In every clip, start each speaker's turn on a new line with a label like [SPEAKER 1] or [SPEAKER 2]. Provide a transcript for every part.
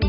[SPEAKER 1] The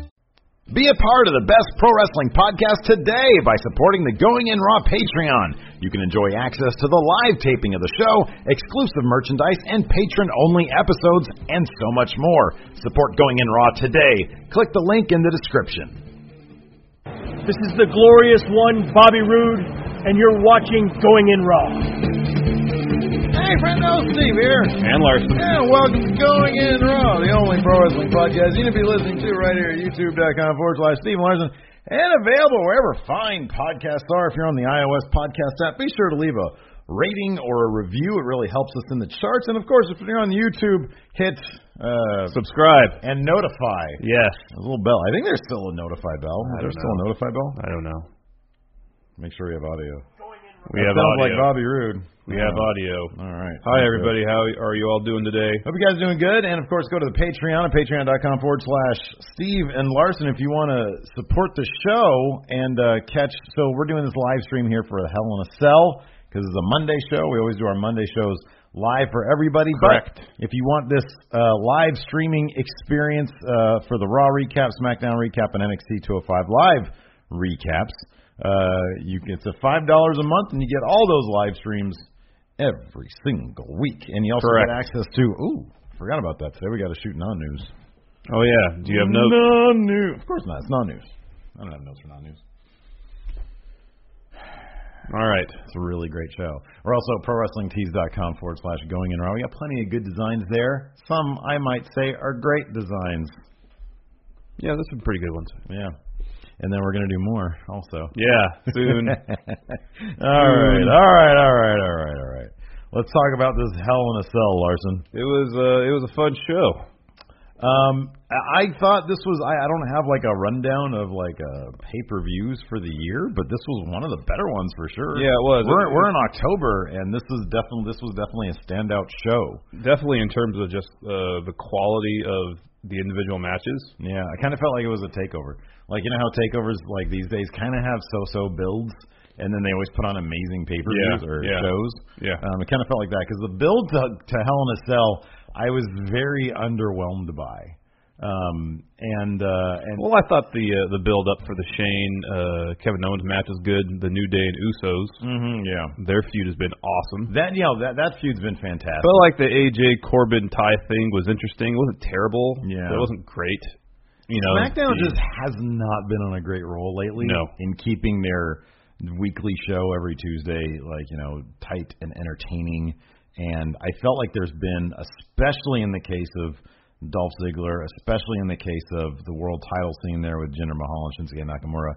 [SPEAKER 2] Be a part of the best pro wrestling podcast today by supporting the Going In Raw Patreon. You can enjoy access to the live taping of the show, exclusive merchandise, and patron only episodes, and so much more. Support Going In Raw today. Click the link in the description.
[SPEAKER 3] This is the glorious one, Bobby Roode, and you're watching Going In Raw.
[SPEAKER 4] Hey, friendo, Steve here.
[SPEAKER 5] And Larson.
[SPEAKER 4] And welcome to Going In Raw, the only pro wrestling podcast you need to be listening to right here at youtube.com forward slash Steve Larson and available wherever fine podcasts are. If you're on the iOS podcast app, be sure to leave a rating or a review. It really helps us in the charts. And of course, if you're on YouTube, hit uh,
[SPEAKER 5] Subscribe.
[SPEAKER 4] and notify.
[SPEAKER 5] Yes.
[SPEAKER 4] A little bell. I think there's still a notify bell. Is
[SPEAKER 5] I
[SPEAKER 4] there
[SPEAKER 5] don't
[SPEAKER 4] still a notify bell?
[SPEAKER 5] I don't know.
[SPEAKER 4] Make sure we have audio.
[SPEAKER 5] We
[SPEAKER 4] That
[SPEAKER 5] have
[SPEAKER 4] sounds
[SPEAKER 5] audio.
[SPEAKER 4] like Bobby Roode.
[SPEAKER 5] we have audio.
[SPEAKER 4] All right.
[SPEAKER 5] Hi, everybody. How are you all doing today?
[SPEAKER 4] Hope you guys are doing good. And of course, go to the Patreon at patreon.com forward slash Steve and Larson if you want to support the show and uh, catch. So we're doing this live stream here for a Hell in a Cell because it's a Monday show. We always do our Monday shows live for everybody.
[SPEAKER 5] Correct.
[SPEAKER 4] But if you want this uh, live streaming experience uh, for the Raw recap, SmackDown recap, and NXT 205 live recaps, uh, you it's a five dollars a month, and you get all those live streams every single week. And you also
[SPEAKER 5] Correct.
[SPEAKER 4] get access to ooh, forgot about that today. We got a shoot non news.
[SPEAKER 5] Oh, yeah. Do you have notes?
[SPEAKER 4] Non news. Of course not. It's non news. I don't have notes for non news.
[SPEAKER 5] All right.
[SPEAKER 4] It's a really great show. We're also at prowrestlingtees.com forward slash going in raw. We got plenty of good designs there. Some I might say are great designs.
[SPEAKER 5] Yeah, that's some pretty good ones.
[SPEAKER 4] Yeah. And then we're gonna do more also.
[SPEAKER 5] Yeah, soon.
[SPEAKER 4] all right,
[SPEAKER 5] Mm.
[SPEAKER 4] all right, all right, all right, all right. Let's talk about this hell in a cell, Larson.
[SPEAKER 5] it was uh, it was a fun show.
[SPEAKER 4] Um, I I thought this was I, I don't have like a rundown of like uh, pay per views for the year, but this was one of the better ones for sure.
[SPEAKER 5] Yeah, it was.
[SPEAKER 4] We're, we're in October, and this is definitely this was definitely a standout show.
[SPEAKER 5] Definitely in terms of just uh, the quality of the individual matches.
[SPEAKER 4] Yeah, I kind of felt like it was a takeover. Like you know how takeovers like these days kind of have so-so builds, and then they always put on amazing pay-per-views
[SPEAKER 5] Yeah,
[SPEAKER 4] or
[SPEAKER 5] yeah,
[SPEAKER 4] shows.
[SPEAKER 5] yeah.
[SPEAKER 4] um, it kind of felt like that because the build to, to Hell in a Cell, I was very underwhelmed by. Um, and uh, and
[SPEAKER 5] Well, I thought the uh, the build up for the Shane uh, Kevin Owens match was good. The New Day and Usos, mm-hmm,
[SPEAKER 4] mhm, yeah,
[SPEAKER 5] their feud has been awesome.
[SPEAKER 4] that you know that that feud's been fantastic.
[SPEAKER 5] But like the AJ Corbin tie thing was interesting. It wasn't terrible.
[SPEAKER 4] Yeah.
[SPEAKER 5] but it wasn't great. You know,
[SPEAKER 4] SmackDown
[SPEAKER 5] the-
[SPEAKER 4] just has not been on a great roll lately.
[SPEAKER 5] No.
[SPEAKER 4] In keeping their weekly show every Tuesday, like, you know, tight and entertaining. And I felt like there's been, especially in the case of Dolph Ziggler, especially in the case of the world title scene there with Jinder Mahal and Shinsuke Nakamura,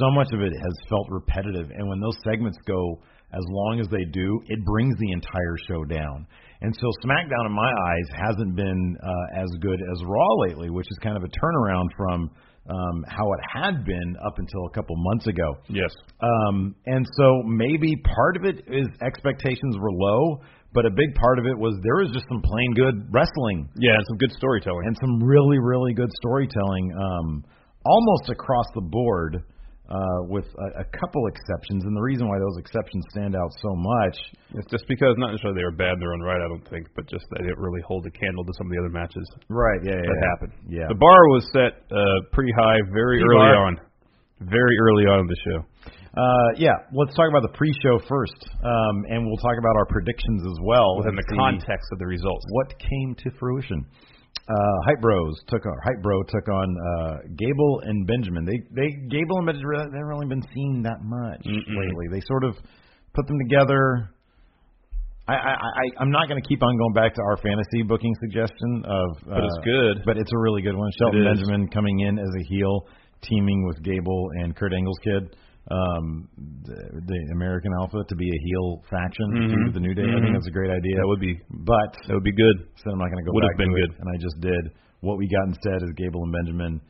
[SPEAKER 4] so much of it has felt repetitive. And when those segments go as long as they do, it brings the entire show down. And so SmackDown, in my eyes, hasn't been uh, as good as Raw lately, which is kind of a turnaround from um, how it had been up until a couple months ago.
[SPEAKER 5] yes.
[SPEAKER 4] Um, and so maybe part of it is expectations were low, but a big part of it was there was just some plain good wrestling
[SPEAKER 5] Yeah, and some good storytelling.
[SPEAKER 4] and some really really good storytelling um almost across the board uh with a, a couple exceptions and the reason why those exceptions stand out so much
[SPEAKER 5] It's just because not necessarily they were bad in their own right, I don't think, but just that it really hold a candle to some of the other matches
[SPEAKER 4] right yeah
[SPEAKER 5] that happened.
[SPEAKER 4] yeah
[SPEAKER 5] The bar was set uh, pretty high very
[SPEAKER 4] The
[SPEAKER 5] early
[SPEAKER 4] bar.
[SPEAKER 5] on, very early on in the show.
[SPEAKER 4] uh yeah let's talk about the pre-show first um and we'll talk about our predictions as well
[SPEAKER 5] Within
[SPEAKER 4] and
[SPEAKER 5] the
[SPEAKER 4] see
[SPEAKER 5] context of the results,
[SPEAKER 4] what came to fruition uh hype bros took on hype bro took on uh gable and benjamin they they gable and benjamin they haven't really been seen that much lately they sort of put them together I, I, I, I'm not going to keep on going back to our fantasy booking suggestion of, uh,
[SPEAKER 5] but it's good.
[SPEAKER 4] but it's a really good one. Shelton
[SPEAKER 5] is.
[SPEAKER 4] Benjamin coming in as a heel, teaming with Gable and Kurt Angle's kid, um, the, the American Alpha, to be a heel faction to the New Day. I think that's a great idea.
[SPEAKER 5] Mm-hmm. That would be-
[SPEAKER 4] but
[SPEAKER 5] that would be good.
[SPEAKER 4] said I'm not going to go
[SPEAKER 5] Would
[SPEAKER 4] back
[SPEAKER 5] have been
[SPEAKER 4] to it,
[SPEAKER 5] good.
[SPEAKER 4] and I just did. What we got instead is Gable and Benjamin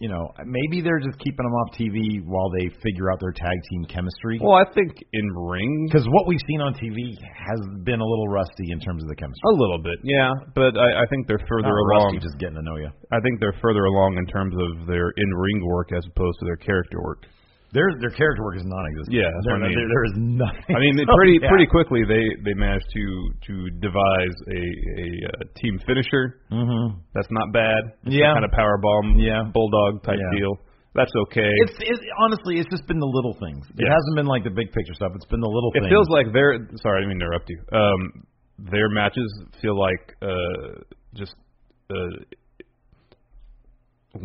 [SPEAKER 4] you know, maybe they're just keeping them off TV while they figure out their tag team chemistry.
[SPEAKER 5] Well, I think in ring
[SPEAKER 4] Because what we've seen on TV has been a little rusty in terms of the chemistry.
[SPEAKER 5] a little bit, yeah, but I, I think they're further
[SPEAKER 4] Not
[SPEAKER 5] along.
[SPEAKER 4] rusty, just getting to know you.
[SPEAKER 5] I think they're further along in terms of their in ring work as opposed to their character work.
[SPEAKER 4] Their their character work is non-existent.
[SPEAKER 5] Yeah, that's
[SPEAKER 4] there,
[SPEAKER 5] what I mean.
[SPEAKER 4] there- there is nothing.
[SPEAKER 5] I mean, it
[SPEAKER 4] So,
[SPEAKER 5] pretty
[SPEAKER 4] Oh, yeah.
[SPEAKER 5] pretty quickly they they managed to to devise a a uh, team finisher.
[SPEAKER 4] Mhm.
[SPEAKER 5] That's not bad. It's
[SPEAKER 4] Yeah.
[SPEAKER 5] a kind of power bomb,
[SPEAKER 4] Yeah.
[SPEAKER 5] bulldog type
[SPEAKER 4] Yeah.
[SPEAKER 5] deal. That's okay.
[SPEAKER 4] It's, it's honestly, it's just been the little things. It
[SPEAKER 5] Yeah.
[SPEAKER 4] hasn't been like the big picture stuff. It's been the little
[SPEAKER 5] it
[SPEAKER 4] things.
[SPEAKER 5] feels like their sorry, I didn't mean to interrupt you. Um, their matches feel like uh just uh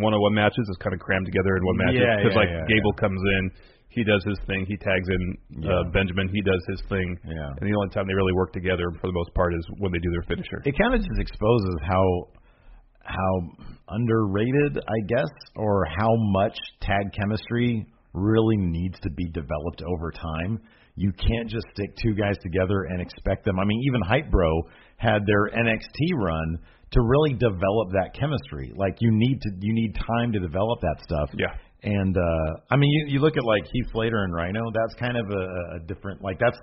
[SPEAKER 5] one-on-one matches is kind of crammed together in one match
[SPEAKER 4] Yeah, yeah,
[SPEAKER 5] like
[SPEAKER 4] yeah,
[SPEAKER 5] Gable comes in. He does his thing. He tags in uh,
[SPEAKER 4] Yeah.
[SPEAKER 5] Benjamin. He does his thing.
[SPEAKER 4] Yeah.
[SPEAKER 5] And the only time they really work together, for the most part, is when they do their finisher.
[SPEAKER 4] it kind of just exposes how how underrated, I guess, or how much tag chemistry really needs to be developed over time. You can't just stick two guys together and expect them. I mean, even Hype Bro had their NXT run to really develop that chemistry. Like you need to you need time to develop that stuff.
[SPEAKER 5] Yeah.
[SPEAKER 4] And uh I mean, you you look at like Heath Slater and Rhino. That's kind of a, a different like that's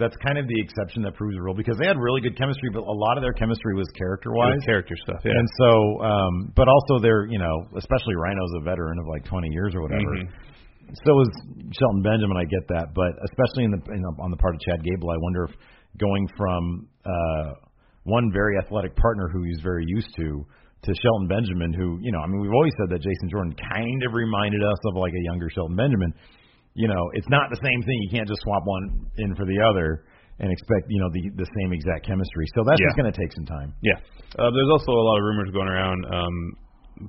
[SPEAKER 4] that's kind of the exception that proves the rule because they had really good chemistry, but a lot of their chemistry was character wise.
[SPEAKER 5] With character stuff. Yeah.
[SPEAKER 4] And so, um, but also they're, you know, especially Rhino's a veteran of like 20 years or whatever.
[SPEAKER 5] Mhm.
[SPEAKER 4] So is Shelton Benjamin. I get that, but especially in the in, on the part of Chad Gable, I wonder if going from uh, one very athletic partner who he's very used to to Shelton Benjamin, who you know, I mean, we've always said that Jason Jordan kind of reminded us of like a younger Shelton Benjamin. You know, it's not the same thing. You can't just swap one in for the other and expect you know the the same exact chemistry. So that's
[SPEAKER 5] Yeah.
[SPEAKER 4] just going to take some time.
[SPEAKER 5] Yeah. Uh, there's also a lot of rumors going around um,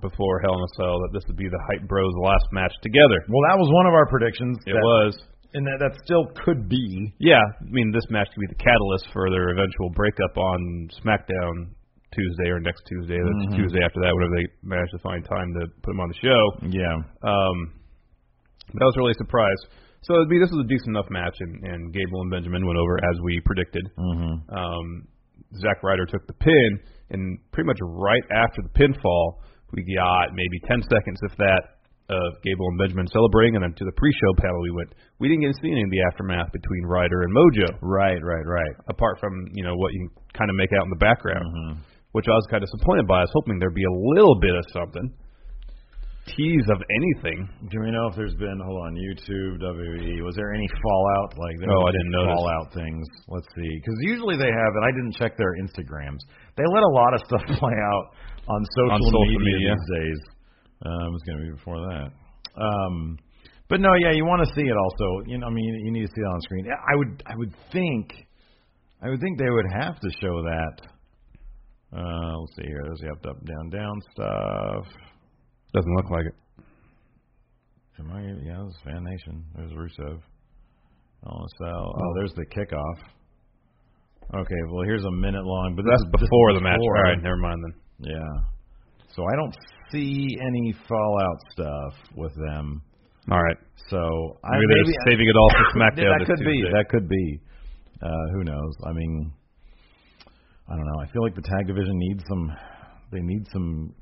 [SPEAKER 5] before Hell in a Cell that this would be the Hype Bros' last match together.
[SPEAKER 4] Well, that was one of our predictions.
[SPEAKER 5] It
[SPEAKER 4] that-
[SPEAKER 5] was.
[SPEAKER 4] and that, that still could be.
[SPEAKER 5] Yeah, I mean, this match could be the catalyst for their eventual breakup on SmackDown Tuesday or next Tuesday. That's Tuesday after that, whenever they manage to find time to put them on the show.
[SPEAKER 4] Yeah.
[SPEAKER 5] Um, but I was really surprised. So I mean, this was a decent enough match, and, and Gable and Benjamin went over as we predicted. Mm-hmm. Um, Zack Ryder took the pin, and pretty much right after the pinfall, we got maybe 10 seconds, if that, of Gable and Benjamin celebrating, and then to the pre-show panel we went. We didn't get to see any of the aftermath between Ryder and Mojo
[SPEAKER 4] Right, right, right.
[SPEAKER 5] apart from you know what you can kind of make out in the background, which I was kind of disappointed by. I was hoping there'd be a little bit of something, tease of anything.
[SPEAKER 4] Do we know if there's been hold on YouTube WWE? Was there any fallout like? there was
[SPEAKER 5] Oh, I didn't
[SPEAKER 4] any
[SPEAKER 5] notice.
[SPEAKER 4] fallout things. Let's see, because usually they have, and I didn't check their Instagrams. They let a lot of stuff play out on social,
[SPEAKER 5] social media.
[SPEAKER 4] these days. Um, it's going to be before that. Um, but no, yeah, you want to see it also. You know, I mean, you need to see it on screen. I would, I would think, I would think they would have to show that. Uh, let's see here. There's the up, up, down, down stuff.
[SPEAKER 5] Doesn't look like it.
[SPEAKER 4] Am I? Yeah, it was Fan Nation. There's Rusev. Oh, so oh, there's the kickoff. Okay, well here's a minute long, but
[SPEAKER 5] That's
[SPEAKER 4] this is- this is
[SPEAKER 5] before the match.
[SPEAKER 4] before.
[SPEAKER 5] All right, never mind then.
[SPEAKER 4] Yeah. So I don't see any Fallout stuff with them.
[SPEAKER 5] All right,
[SPEAKER 4] So I
[SPEAKER 5] maybe,
[SPEAKER 4] maybe
[SPEAKER 5] they're saving it all for SmackDown.
[SPEAKER 4] that
[SPEAKER 5] this
[SPEAKER 4] could be.
[SPEAKER 5] Tuesday.
[SPEAKER 4] That could be. Uh, who knows? I mean, I don't know. I feel like the tag division needs some. They need some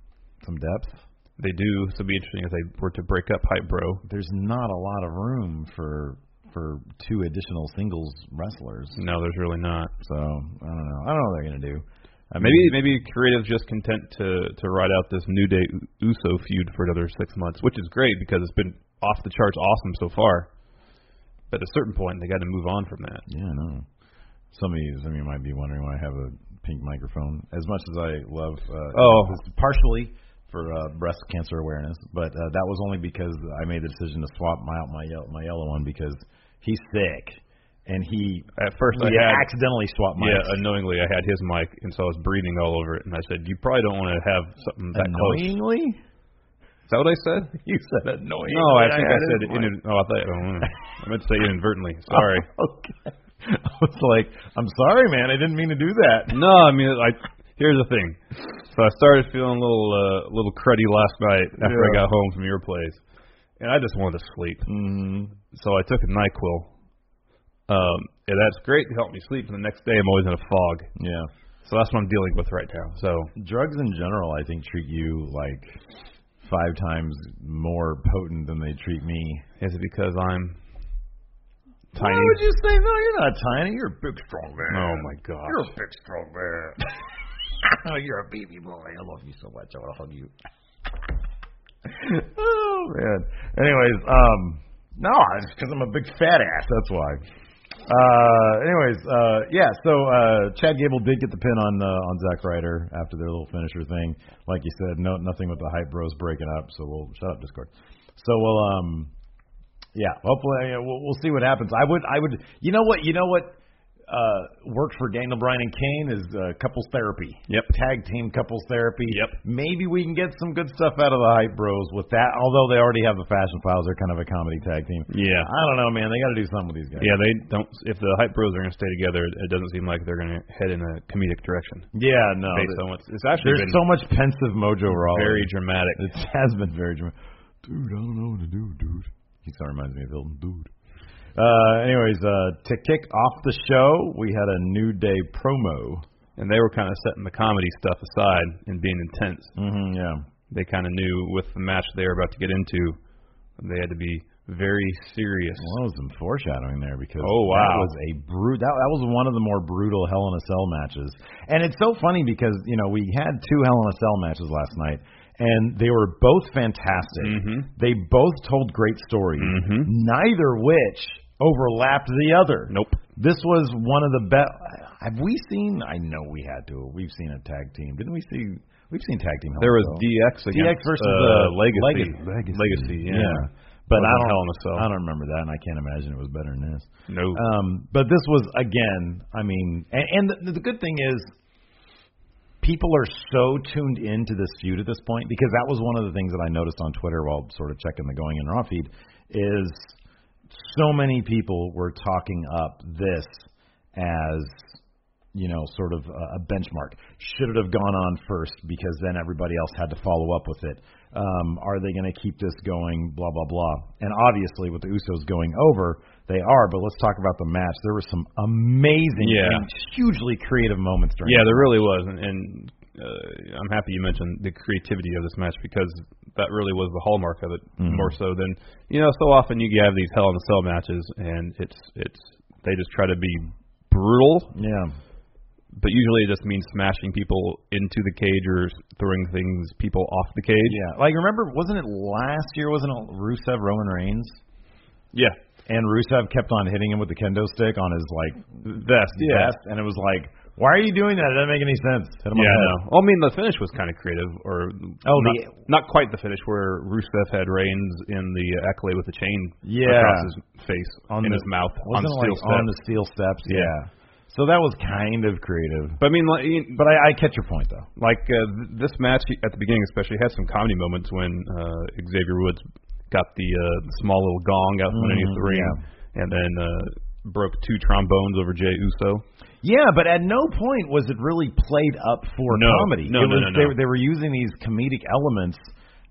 [SPEAKER 4] some depth.
[SPEAKER 5] They do. So it'd be interesting if they were to break up Hype Bro.
[SPEAKER 4] there's not a lot of room for for two additional singles wrestlers.
[SPEAKER 5] No, there's really not.
[SPEAKER 4] So I don't know. I don't know what they're gonna do. I mean,
[SPEAKER 5] Uh, Maybe maybe creative's just content to to ride out this New Day U- Uso feud for another six months, which is great because it's been off the charts awesome so far. But at a certain point, they got to move on from that.
[SPEAKER 4] yeah, I know. Some of you, some of you might be wondering why I have a pink microphone. As much as I love, uh,
[SPEAKER 5] Oh.
[SPEAKER 4] this- partially for uh, breast cancer awareness, but uh, that was only because I made the decision to swap my out my yellow, my yellow one because he's sick and he
[SPEAKER 5] At first,
[SPEAKER 4] he
[SPEAKER 5] I had
[SPEAKER 4] accidentally swapped my
[SPEAKER 5] yeah, unknowingly, I had his mic, and so I was breathing all over it. And I said, "You probably don't want to have something that close."
[SPEAKER 4] annoyingly.
[SPEAKER 5] Is that what I said?
[SPEAKER 4] You said annoyingly.
[SPEAKER 5] No, I think I,
[SPEAKER 4] had
[SPEAKER 5] said
[SPEAKER 4] his mic.
[SPEAKER 5] in, oh, I thought I meant to say inadvertently. Sorry.
[SPEAKER 4] okay. I was like, I'm sorry, man. I didn't mean to do that.
[SPEAKER 5] No, I mean, I here's the thing. So I started feeling a little uh, a little cruddy last night after I
[SPEAKER 4] Yeah.
[SPEAKER 5] got home from your place, and I just wanted to sleep.
[SPEAKER 4] Mm-hmm.
[SPEAKER 5] So I took a Nyquil, um, and that's great to help me sleep. And the next day, I'm always in a fog.
[SPEAKER 4] Yeah.
[SPEAKER 5] So that's what I'm dealing with right now. So
[SPEAKER 4] Drugs in general, I think, treat you like five times more potent than they treat me.
[SPEAKER 5] Is it because I'm
[SPEAKER 4] Why
[SPEAKER 5] tiny?
[SPEAKER 4] would you say no? You're not tiny. You're a big, strong man.
[SPEAKER 5] Oh my god.
[SPEAKER 4] You're a big, strong man. oh, you're a baby boy. I love you so much. I want to hug you. oh man. Anyways, um, no, it's because I'm a big fat ass. That's why. Uh, anyways, uh, yeah. So uh, Chad Gable did get the pin on uh, on Zack Ryder after their little finisher thing. Like you said, no, nothing with the hype bros breaking up. So we'll shut up Discord. So we'll um, yeah, hopefully uh, we'll, we'll see what happens. I would, I would, you know what, you know what, uh, worked for Daniel Bryan and Kane is uh, couples therapy.
[SPEAKER 5] Yep.
[SPEAKER 4] Tag team couples therapy.
[SPEAKER 5] Yep.
[SPEAKER 4] Maybe we can get some good stuff out of the hype bros with that. Although they already have the fashion files, they're kind of a comedy tag team.
[SPEAKER 5] Yeah.
[SPEAKER 4] I don't know, man. They got to do something with these guys.
[SPEAKER 5] Yeah, they don't. If the hype bros are going to stay together, it doesn't seem like they're going to head in a comedic direction.
[SPEAKER 4] Yeah. No.
[SPEAKER 5] based
[SPEAKER 4] th-
[SPEAKER 5] on what's, it's actually
[SPEAKER 4] There's
[SPEAKER 5] been
[SPEAKER 4] so much pensive mojo raw.
[SPEAKER 5] very dramatic.
[SPEAKER 4] It has been very dramatic. Dude, I don't know what to do, dude. He kind of reminds me of Hilton, dude. Uh, anyways, uh, to kick off the show, we had a New Day promo.
[SPEAKER 5] and they were kind of setting the comedy stuff aside and being intense.
[SPEAKER 4] Mm-hmm, yeah.
[SPEAKER 5] They kind of knew with the match they were about to get into, they had to be very serious.
[SPEAKER 4] Well, that was some foreshadowing there because
[SPEAKER 5] Oh, wow.
[SPEAKER 4] that was a bru- that, that was one of the more brutal Hell in a Cell matches. And it's so funny because you know we had two Hell in a Cell matches last night, and they were both fantastic.
[SPEAKER 5] Mm-hmm.
[SPEAKER 4] They both told great stories. Neither which overlapped the other.
[SPEAKER 5] Nope.
[SPEAKER 4] This was one of the best. Have we seen? I know we had to. We've seen a tag team, didn't we see? We've seen tag team. Hell
[SPEAKER 5] There
[SPEAKER 4] in a
[SPEAKER 5] was
[SPEAKER 4] Cell.
[SPEAKER 5] DX against
[SPEAKER 4] DX versus
[SPEAKER 5] uh,
[SPEAKER 4] uh,
[SPEAKER 5] Legacy.
[SPEAKER 4] Leg- Legacy.
[SPEAKER 5] yeah.
[SPEAKER 4] But
[SPEAKER 5] Wasn't
[SPEAKER 4] I don't,
[SPEAKER 5] Hell in a Cell.
[SPEAKER 4] I don't remember that, and I can't imagine it was better than this.
[SPEAKER 5] No.
[SPEAKER 4] Um, but this was again. I mean, and, and the, the good thing is, people are so tuned into this feud at this point because that was one of the things that I noticed on Twitter while sort of checking the going in raw feed is so many people were talking up this as you know sort of a, a benchmark. Should it have gone on first because then everybody else had to follow up with it? Um, are they going to keep this going? Blah blah blah. And obviously, with the Usos going over, they are. But let's talk about the match. There was some amazing,
[SPEAKER 5] Yeah.
[SPEAKER 4] and hugely creative moments during.
[SPEAKER 5] Yeah, there really was, and, and uh, I'm happy you mentioned the creativity of this match because that really was the hallmark of it, more so than you know. So often you have these Hell in a Cell matches, and it's it's they just try to be brutal,
[SPEAKER 4] the- yeah.
[SPEAKER 5] but usually it just means smashing people into the cage or throwing things people off the cage.
[SPEAKER 4] Yeah, like remember, wasn't it last year? Wasn't it Rusev Roman Reigns?
[SPEAKER 5] Yeah,
[SPEAKER 4] And Rusev kept on hitting him with the kendo stick on his like
[SPEAKER 5] vest. Yeah,
[SPEAKER 4] vest, and it was like, why are you doing that? It doesn't make any sense. Hit him on the
[SPEAKER 5] Yeah, I
[SPEAKER 4] head.
[SPEAKER 5] know. Well, I mean, the finish was kind of creative, or
[SPEAKER 4] Oh,
[SPEAKER 5] not,
[SPEAKER 4] the-
[SPEAKER 5] not quite the finish where Rusev had Reigns in the uh, accolade with the chain
[SPEAKER 4] Yeah.
[SPEAKER 5] across his face
[SPEAKER 4] On
[SPEAKER 5] in
[SPEAKER 4] the-
[SPEAKER 5] his mouth on
[SPEAKER 4] Wasn't
[SPEAKER 5] the
[SPEAKER 4] it,
[SPEAKER 5] steel
[SPEAKER 4] like
[SPEAKER 5] step.
[SPEAKER 4] on the steel steps.
[SPEAKER 5] Yeah.
[SPEAKER 4] Yeah. So that was kind of creative,
[SPEAKER 5] but I mean, like, you-
[SPEAKER 4] but I, I catch your point though.
[SPEAKER 5] like uh, th- this match at the beginning, especially had some comedy moments when uh, Xavier Woods got the uh, the small little gong out
[SPEAKER 4] Mm-hmm.
[SPEAKER 5] from underneath the ring, and then uh, broke two trombones over Jay Uso.
[SPEAKER 4] Yeah, but at no point was it really played up for
[SPEAKER 5] No.
[SPEAKER 4] comedy. it
[SPEAKER 5] No, no,
[SPEAKER 4] was,
[SPEAKER 5] no, no.
[SPEAKER 4] They, were- they were using these comedic elements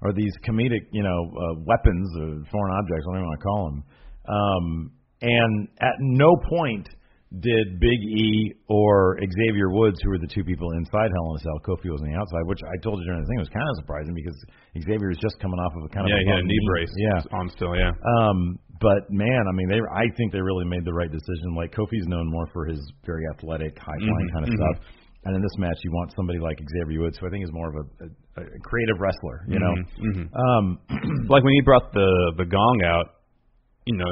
[SPEAKER 4] or these comedic, you know, uh, weapons or foreign objects, whatever you want to call them. Um, and at no point did Big E or Xavier Woods, who were the two people inside Hell in a Cell, Kofi was on the outside, which I told you during the thing was kind of surprising because Xavier is just coming off of a kind
[SPEAKER 5] Yeah,
[SPEAKER 4] of
[SPEAKER 5] he had a
[SPEAKER 4] bum
[SPEAKER 5] knee brace
[SPEAKER 4] Yeah,
[SPEAKER 5] on still. Yeah, Uh,
[SPEAKER 4] um, but man, I mean, they I think they really made the right decision. Like Kofi's known more for his very athletic, high flying
[SPEAKER 5] Mm-hmm,
[SPEAKER 4] kind of stuff. And in this match, you want somebody like Xavier Woods, who I think is more of a, a, a creative wrestler. You know, um,
[SPEAKER 5] Mm-hmm, like when he brought the the gong out, you know,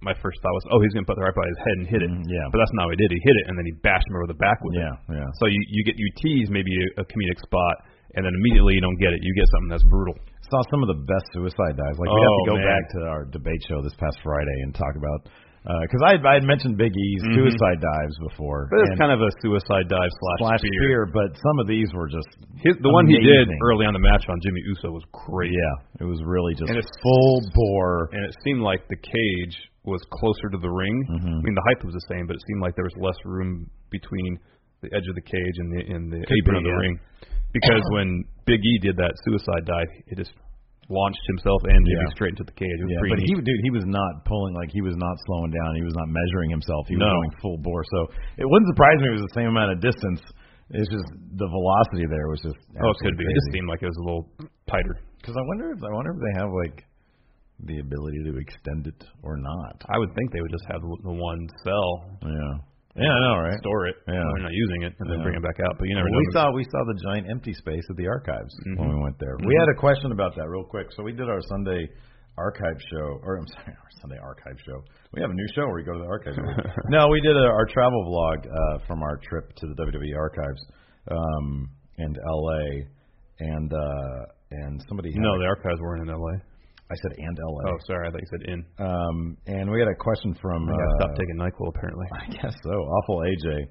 [SPEAKER 5] my first thought was, oh, he's gonna put the right by his head and hit it.
[SPEAKER 4] Mhm, yeah.
[SPEAKER 5] But that's not what he did. He hit it and then he bashed him over the back with it.
[SPEAKER 4] yeah, yeah.
[SPEAKER 5] So you you get you tease maybe a, a comedic spot, and then immediately you don't get it. You get something that's brutal.
[SPEAKER 4] saw some of the best suicide dives. Like we have to
[SPEAKER 5] Oh,
[SPEAKER 4] go
[SPEAKER 5] man.
[SPEAKER 4] back to our debate show this past Friday and talk about because I I had mentioned Big E's suicide dives before.
[SPEAKER 5] Mm-hmm. But it's
[SPEAKER 4] and
[SPEAKER 5] kind of a suicide dive slash,
[SPEAKER 4] slash
[SPEAKER 5] spear.
[SPEAKER 4] spear, but some of these were just
[SPEAKER 5] His, the one he did
[SPEAKER 4] Amazing.
[SPEAKER 5] early on the match on Jimmy Uso was great.
[SPEAKER 4] yeah, it was really just
[SPEAKER 5] And it's-
[SPEAKER 4] full bore.
[SPEAKER 5] And it seemed like the cage was closer to the ring.
[SPEAKER 4] Mm-hmm.
[SPEAKER 5] I mean, the height was the same, but it seemed like there was less room between the edge of the cage and the and the
[SPEAKER 4] Could
[SPEAKER 5] apron
[SPEAKER 4] be,
[SPEAKER 5] of the
[SPEAKER 4] yeah.
[SPEAKER 5] ring. Because when Big E did that suicide dive, it just launched himself and Jimmy
[SPEAKER 4] Yeah.
[SPEAKER 5] straight into the cage. It was
[SPEAKER 4] Yeah,
[SPEAKER 5] pretty
[SPEAKER 4] but he,
[SPEAKER 5] neat.
[SPEAKER 4] dude, he was not pulling like he was not slowing down. He was not measuring himself. He was
[SPEAKER 5] No.
[SPEAKER 4] going full bore. So it wouldn't surprise me if it was the same amount of distance. It's just the velocity there was just
[SPEAKER 5] oh, it could
[SPEAKER 4] absolutely
[SPEAKER 5] be. It just
[SPEAKER 4] crazy.
[SPEAKER 5] seemed like it was a little tighter.
[SPEAKER 4] Because I wonder if I wonder if they have like the ability to extend it or not.
[SPEAKER 5] I would think they would just have the the one cell,
[SPEAKER 4] Yeah. Yeah, I know, right?
[SPEAKER 5] store it,
[SPEAKER 4] Yeah.
[SPEAKER 5] when they're not using it, and then
[SPEAKER 4] Yeah.
[SPEAKER 5] bring it back out. But you never
[SPEAKER 4] Well,
[SPEAKER 5] know.
[SPEAKER 4] we saw we saw the giant empty space at the archives when
[SPEAKER 5] Mhm.
[SPEAKER 4] we went there. We
[SPEAKER 5] Mhm.
[SPEAKER 4] had a question about that real quick. So we did our Sunday archive show, or I'm sorry, our Sunday archive show. We have a new show where we go to the archives. no, we did a, our travel vlog uh, from our trip to the WWE archives um, and LA, and uh, and somebody had,
[SPEAKER 5] No, the archives weren't in L.A.
[SPEAKER 4] I said and LA.
[SPEAKER 5] Oh, sorry, I thought you said in.
[SPEAKER 4] Um, and we had a question from
[SPEAKER 5] I gotta
[SPEAKER 4] uh,
[SPEAKER 5] stop taking Nyquil apparently.
[SPEAKER 4] I guess so. Awful AJ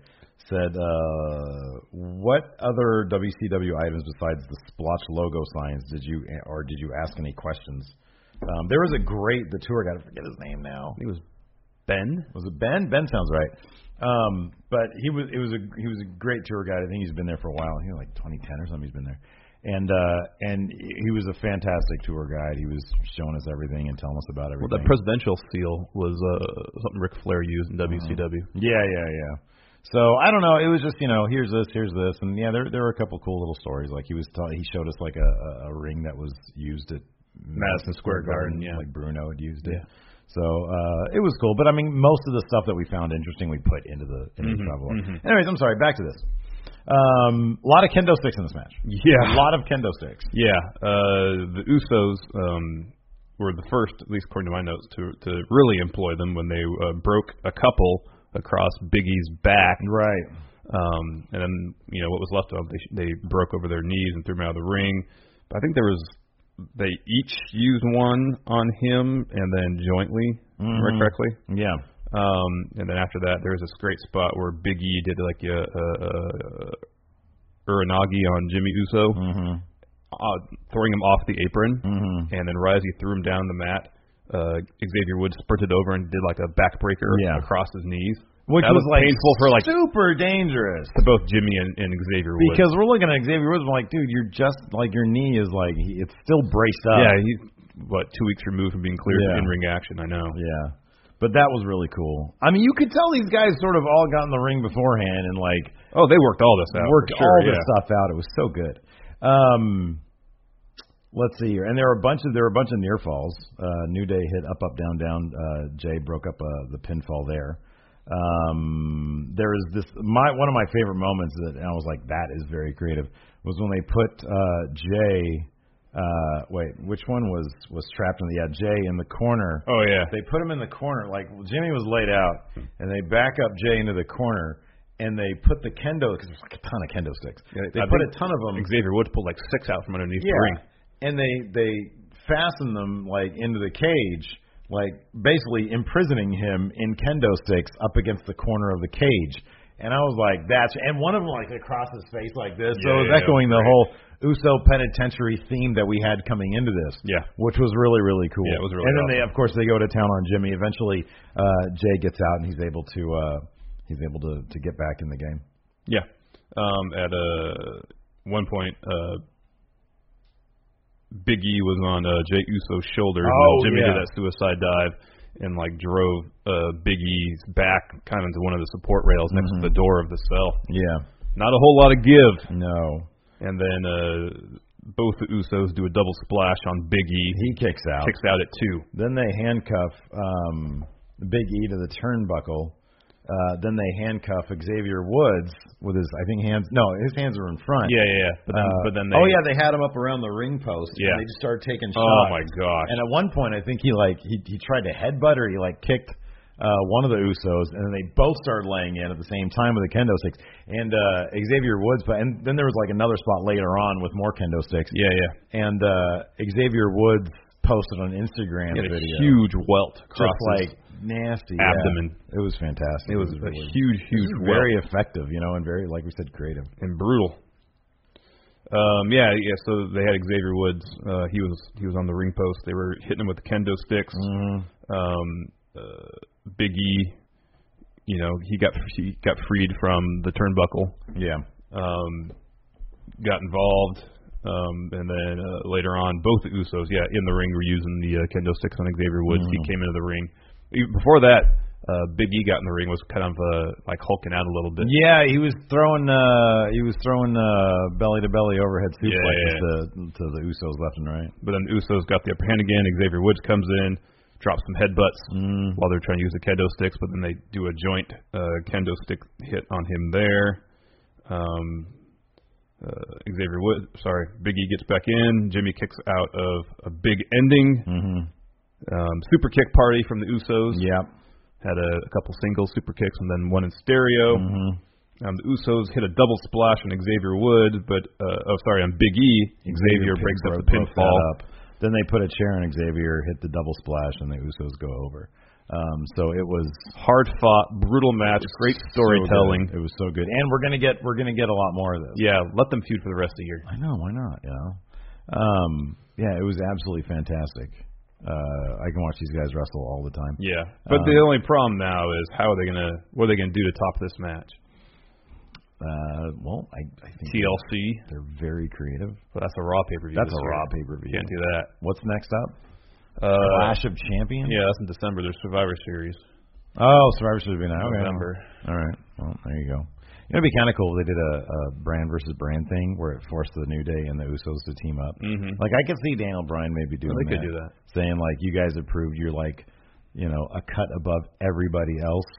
[SPEAKER 4] said, uh, "What other WCW items besides the splotch logo signs did you or did you ask any questions?" Um, there was a great the tour guide. I forget his name now.
[SPEAKER 5] It was Ben.
[SPEAKER 4] Was it Ben? Ben sounds right. Um, but he was it was a he was a great tour guide. I think he's been there for a while. He was like 2010 or something. He's been there, and uh, and he was a fantastic tour guide. He was showing us everything and telling us about
[SPEAKER 5] Well,
[SPEAKER 4] everything.
[SPEAKER 5] the presidential seal was uh, something Ric Flair used in WCW.
[SPEAKER 4] Yeah, yeah, yeah. So I don't know. It was just you know, here's this, here's this, and yeah, there there were a couple cool little stories. Like he was tell he showed us like a, a- a ring that was used at Madison
[SPEAKER 5] Square Garden, yeah.
[SPEAKER 4] like Bruno had used it. So uh, it was cool. But I mean, most of the stuff that we found interesting, we put into the into the travel. log. Anyways, I'm sorry. Back to this. Um, a lot of kendo sticks in this match. a
[SPEAKER 5] Yeah.
[SPEAKER 4] lot of kendo sticks.
[SPEAKER 5] Yeah, uh, the Usos um, were the first, at least according to my notes, to to really employ them when they uh, broke a couple across Biggie's back,
[SPEAKER 4] Right.
[SPEAKER 5] um, and then you know what was left of them, they they broke over their knees and threw him out of the ring. But I think there was they each used one on him and then jointly,
[SPEAKER 4] Mhm.
[SPEAKER 5] mm correctly.
[SPEAKER 4] Yeah.
[SPEAKER 5] Um, and then after that, there was this great spot where Big E did like a, a, a Uranagi on Jimmy Uso,
[SPEAKER 4] Mhm.
[SPEAKER 5] uh, throwing him off the apron,
[SPEAKER 4] Mhm.
[SPEAKER 5] and then Risey threw him down the mat. Uh, Xavier Woods sprinted over and did like a backbreaker
[SPEAKER 4] Yeah.
[SPEAKER 5] across his knees,
[SPEAKER 4] Which
[SPEAKER 5] That
[SPEAKER 4] was,
[SPEAKER 5] was
[SPEAKER 4] like
[SPEAKER 5] painful for, like-
[SPEAKER 4] super dangerous.
[SPEAKER 5] to both Jimmy and, and Xavier Woods.
[SPEAKER 4] Because we're looking at Xavier Woods, we're like, dude, you're just like your knee is like he- it's still braced up.
[SPEAKER 5] yeah, he's what two weeks removed from being cleared
[SPEAKER 4] uh, Yeah.
[SPEAKER 5] for in-ring action. I know.
[SPEAKER 4] yeah. But that was really cool. I mean, you could tell these guys sort of all got in the ring beforehand and like
[SPEAKER 5] Oh, they worked all this out. for
[SPEAKER 4] worked
[SPEAKER 5] sure,
[SPEAKER 4] all
[SPEAKER 5] yeah.
[SPEAKER 4] this stuff out. It was so good. Um, let's see here, and there were a bunch of there were a bunch of near falls. Uh, New Day hit up up down down. Uh, Jay broke up uh, the pinfall there. Um, there is this my one of my favorite moments that and I was like that is very creative was when they put uh, Jay. Uh, wait, which one was was trapped in the yeah Jay in the corner?
[SPEAKER 5] Oh yeah.
[SPEAKER 4] They put him in the corner, like Jimmy was laid out, and they back up Jay into the corner, and they put the kendo because there's like a ton of kendo sticks. they
[SPEAKER 5] I
[SPEAKER 4] put
[SPEAKER 5] think
[SPEAKER 4] a ton of them.
[SPEAKER 5] Xavier Woods pulled like six out from underneath the ring.
[SPEAKER 4] um, Yeah, and they they fasten them like into the cage, like basically imprisoning him in kendo sticks up against the corner of the cage. And I was like, that's and one of them like across his face like this. so
[SPEAKER 5] Yeah,
[SPEAKER 4] it was
[SPEAKER 5] yeah,
[SPEAKER 4] echoing the
[SPEAKER 5] right.
[SPEAKER 4] whole Uso penitentiary theme that we had coming into this.
[SPEAKER 5] Yeah.
[SPEAKER 4] which was really really cool.
[SPEAKER 5] Yeah, it was really
[SPEAKER 4] And then they of course they go to town on Jimmy. Eventually, uh, Jay gets out and he's able to uh, he's able to to get back in the game.
[SPEAKER 5] Yeah. Um, at uh, one point, uh, Big E was on uh, Jay Uso's shoulder. and
[SPEAKER 4] Oh,
[SPEAKER 5] Jimmy
[SPEAKER 4] yeah.
[SPEAKER 5] did that suicide dive and like drove uh, Big E's back kind of into one of the support rails next
[SPEAKER 4] Mm-hmm.
[SPEAKER 5] to the door of the cell.
[SPEAKER 4] Yeah,
[SPEAKER 5] Not a whole lot of give.
[SPEAKER 4] no,
[SPEAKER 5] And then uh, both the Usos do a double splash on Big E.
[SPEAKER 4] he kicks out.
[SPEAKER 5] kicks out at two.
[SPEAKER 4] Then they handcuff um, Big E to the turnbuckle. Uh, then they handcuff Xavier Woods with his, I think, hands. No, his hands are in front.
[SPEAKER 5] Yeah, yeah. yeah. But then,
[SPEAKER 4] Uh,
[SPEAKER 5] but then they,
[SPEAKER 4] oh yeah, they had him up around the ring post. and
[SPEAKER 5] Yeah.
[SPEAKER 4] they just started taking shots.
[SPEAKER 5] Oh my gosh.
[SPEAKER 4] And at one point, I think he like he he tried to headbutt or he like kicked uh, one of the Usos, and then they both started laying in at the same time with the kendo sticks. And uh, Xavier Woods, but and then there was like another spot later on with more kendo sticks.
[SPEAKER 5] yeah, yeah.
[SPEAKER 4] And uh, Xavier Woods posted on Instagram
[SPEAKER 5] He
[SPEAKER 4] a
[SPEAKER 5] had a
[SPEAKER 4] video,
[SPEAKER 5] huge welt across
[SPEAKER 4] just
[SPEAKER 5] his-
[SPEAKER 4] like nasty yeah.
[SPEAKER 5] abdomen.
[SPEAKER 4] It was fantastic.
[SPEAKER 5] it was a
[SPEAKER 4] really- it
[SPEAKER 5] huge,
[SPEAKER 4] was
[SPEAKER 5] huge, welt.
[SPEAKER 4] very effective, you know, and very like we said, creative.
[SPEAKER 5] and brutal. Um, yeah, yeah. So they had Xavier Woods. Uh, he was he was on the ring post. They were hitting him with the kendo sticks.
[SPEAKER 4] Mm-hmm.
[SPEAKER 5] Um, uh, Big E, you know, he got he got freed from the turnbuckle.
[SPEAKER 4] Yeah.
[SPEAKER 5] Um, got involved, um, and then uh, later on, both the Usos, yeah, in the ring were using the uh, kendo sticks on Xavier Woods. He came into the ring. Even E, before that, uh, Big E got in the ring was kind of uh, like hulking out a little bit.
[SPEAKER 4] Yeah, he was throwing uh he was throwing uh belly to belly overhead suplexes
[SPEAKER 5] Yeah, yeah,
[SPEAKER 4] to to the Usos left and right.
[SPEAKER 5] But then the Usos got the upper hand again. Xavier Woods comes in, drops some headbutts
[SPEAKER 4] Mm.
[SPEAKER 5] while they're trying to use the kendo sticks, but then they do a joint uh, kendo stick hit on him there. Um, uh, Xavier Woods, sorry, Biggie gets back in. Jimmy kicks out of a big ending. Um, super kick party from the Usos.
[SPEAKER 4] Mm-hmm. Yeah.
[SPEAKER 5] Had a, a couple single super kicks and then one in stereo.
[SPEAKER 4] Mm-hmm.
[SPEAKER 5] Um, the Usos hit a double splash on Xavier Woods, but uh, oh sorry, on Big E. Xavier, breaks up the
[SPEAKER 4] broke that
[SPEAKER 5] pinfall.
[SPEAKER 4] up. Then they put a chair on Xavier, hit the double splash, and the Usos go over. Um, so it was
[SPEAKER 5] hard fought, brutal match, great storytelling.
[SPEAKER 4] So good. it was so good, and we're gonna get we're gonna get a lot more of this.
[SPEAKER 5] yeah, let them feud for the rest of the year.
[SPEAKER 4] I know, why not? You know, um, yeah, it was absolutely fantastic. Uh, I can watch these guys wrestle all the time.
[SPEAKER 5] Yeah, um, but the only problem now is how are they gonna what are they gonna do to top this match?
[SPEAKER 4] Uh, well, I, I think
[SPEAKER 5] TLC,
[SPEAKER 4] they're very creative.
[SPEAKER 5] but that's a Raw pay per view.
[SPEAKER 4] That's a Raw pay per view.
[SPEAKER 5] Can't do that.
[SPEAKER 4] What's next up?
[SPEAKER 5] Uh,
[SPEAKER 4] Clash of Champions.
[SPEAKER 5] yeah, that's in December. There's Survivor Series.
[SPEAKER 4] Oh, Survivor Series would be nice. Okay.
[SPEAKER 5] November.
[SPEAKER 4] All right. Well, there you go. You know, it'd be kind of cool if they did a, a brand versus brand thing where it forced the New Day and the Usos to team up.
[SPEAKER 5] Mhm.
[SPEAKER 4] Like I could see Daniel Bryan maybe doing
[SPEAKER 5] they
[SPEAKER 4] that,
[SPEAKER 5] could do that.
[SPEAKER 4] saying like, "You guys have proved you're like, you know, a cut above everybody else."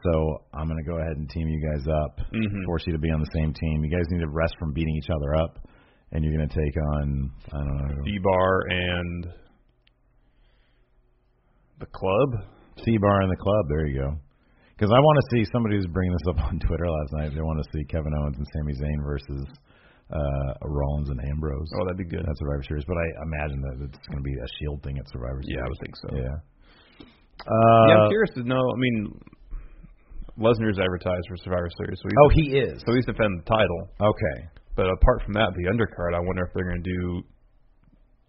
[SPEAKER 4] So I'm gonna go ahead and team you guys up,
[SPEAKER 5] Mhm.
[SPEAKER 4] force you to be on the same team. You guys need to rest from beating each other up, and you're gonna take on I don't know
[SPEAKER 5] D Bar and the club.
[SPEAKER 4] C Bar in the club. There you go. Because I want to see somebody was bringing this up on Twitter last night. They want to see Kevin Owens and Sami Zayn versus uh, Rollins and Ambrose.
[SPEAKER 5] Oh, that'd be good.
[SPEAKER 4] That's Survivor Series, but I imagine that it's going to be a Shield thing at Survivor Series.
[SPEAKER 5] Yeah, I would think so.
[SPEAKER 4] Yeah.
[SPEAKER 5] yeah,
[SPEAKER 4] Uh,
[SPEAKER 5] I'm curious to know. I mean, Lesnar's advertised for Survivor Series, so he's,
[SPEAKER 4] oh, he is.
[SPEAKER 5] so he's defending the title.
[SPEAKER 4] Okay.
[SPEAKER 5] But apart from that, the undercard, I wonder if they're going to do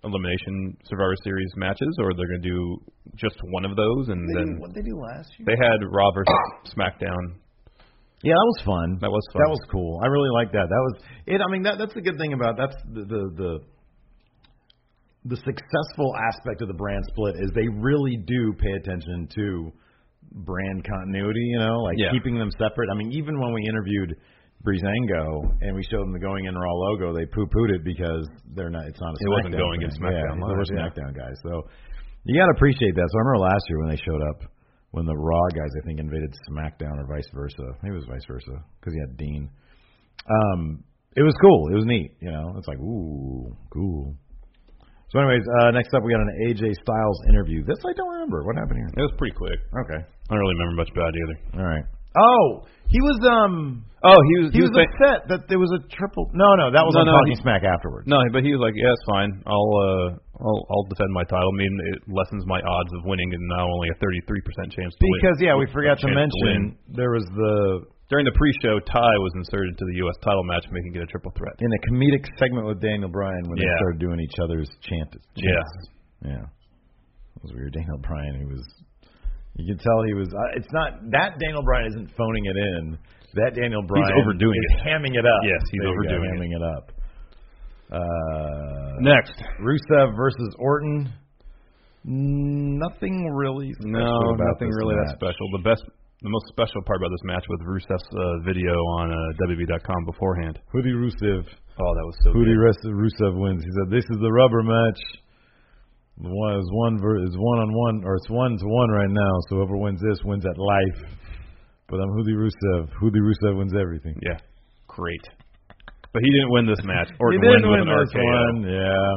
[SPEAKER 5] elimination Survivor Series matches, or they're going to do just one of those, and then
[SPEAKER 4] they do last year?
[SPEAKER 5] they had Raw versus SmackDown.
[SPEAKER 4] Yeah, that was fun.
[SPEAKER 5] That was
[SPEAKER 4] That
[SPEAKER 5] fun.
[SPEAKER 4] was cool. I really liked that. That was it. I mean, that that's the good thing about that's the the the, the successful aspect of the brand split is they really do pay attention to brand continuity. You know, like
[SPEAKER 5] Yeah.
[SPEAKER 4] keeping them separate. I mean, even when we interviewed Breezango and we showed them the Going In Raw logo, they poo pooed it because they're not. It's not a.
[SPEAKER 5] It wasn't
[SPEAKER 4] SmackDown
[SPEAKER 5] Going In
[SPEAKER 4] thing.
[SPEAKER 5] SmackDown
[SPEAKER 4] Yeah,
[SPEAKER 5] Live,
[SPEAKER 4] we're
[SPEAKER 5] yeah.
[SPEAKER 4] SmackDown guys. So you got to appreciate that. So I remember last year when they showed up, when the Raw guys I think invaded SmackDown or vice versa. Maybe it was vice versa because he had Dean. Um, it was cool. It was neat. You know, it's like ooh, cool. So, anyways, uh, next up we got an AJ Styles interview. This I don't remember. What happened
[SPEAKER 5] It
[SPEAKER 4] here?
[SPEAKER 5] was pretty quick.
[SPEAKER 4] Okay.
[SPEAKER 5] I don't really remember much about it either.
[SPEAKER 4] All right. Oh, he was um
[SPEAKER 5] Oh, he was
[SPEAKER 4] he was
[SPEAKER 5] saying-
[SPEAKER 4] upset that there was a triple. No, no, that was on
[SPEAKER 5] No, no,
[SPEAKER 4] Talking
[SPEAKER 5] he-
[SPEAKER 4] Smack afterwards.
[SPEAKER 5] no, but he was like, "Yeah, it's fine. I'll uh, I'll I'll defend my title. I mean, it lessens my odds of winning, and now only a 33 percent chance to win."
[SPEAKER 4] Because yeah, we forgot to
[SPEAKER 5] Chance
[SPEAKER 4] mention
[SPEAKER 5] win.
[SPEAKER 4] there was the
[SPEAKER 5] during the pre-show, Ty was inserted to the U.S. title match, making it a triple threat.
[SPEAKER 4] in a comedic segment with Daniel Bryan when they
[SPEAKER 5] Yeah.
[SPEAKER 4] started doing each other's chant. chants.
[SPEAKER 5] Yeah.
[SPEAKER 4] yeah. It was weird. Daniel Bryan, he was. You could tell he was. Uh, it's not that Daniel Bryan isn't phoning it in. That Daniel Bryan
[SPEAKER 5] overdoing
[SPEAKER 4] is
[SPEAKER 5] it.
[SPEAKER 4] hamming it up.
[SPEAKER 5] Yes, he's
[SPEAKER 4] There you go,
[SPEAKER 5] overdoing it.
[SPEAKER 4] hamming it up. Uh,
[SPEAKER 5] Next,
[SPEAKER 4] Rusev versus Orton. Nothing really. Special
[SPEAKER 5] No,
[SPEAKER 4] about
[SPEAKER 5] nothing
[SPEAKER 4] this
[SPEAKER 5] really that
[SPEAKER 4] match.
[SPEAKER 5] special. The best, the most special part about this match was Rusev's uh, video on uh, WB.com beforehand.
[SPEAKER 4] Hoodie Rusev.
[SPEAKER 5] Oh, that was so
[SPEAKER 4] Hoodie
[SPEAKER 5] good.
[SPEAKER 4] Rus- Rusev wins. He said, "This is the rubber match. The one is one ver- is one on one, or it's one to one right now. So whoever wins this wins at life." But I'm Hoodie Rusev. Hoodie Rusev wins everything.
[SPEAKER 5] Yeah, great. But he didn't win this match.
[SPEAKER 4] he
[SPEAKER 5] Orton
[SPEAKER 4] didn't win
[SPEAKER 5] win with an
[SPEAKER 4] this
[SPEAKER 5] RKO.
[SPEAKER 4] one. Yeah.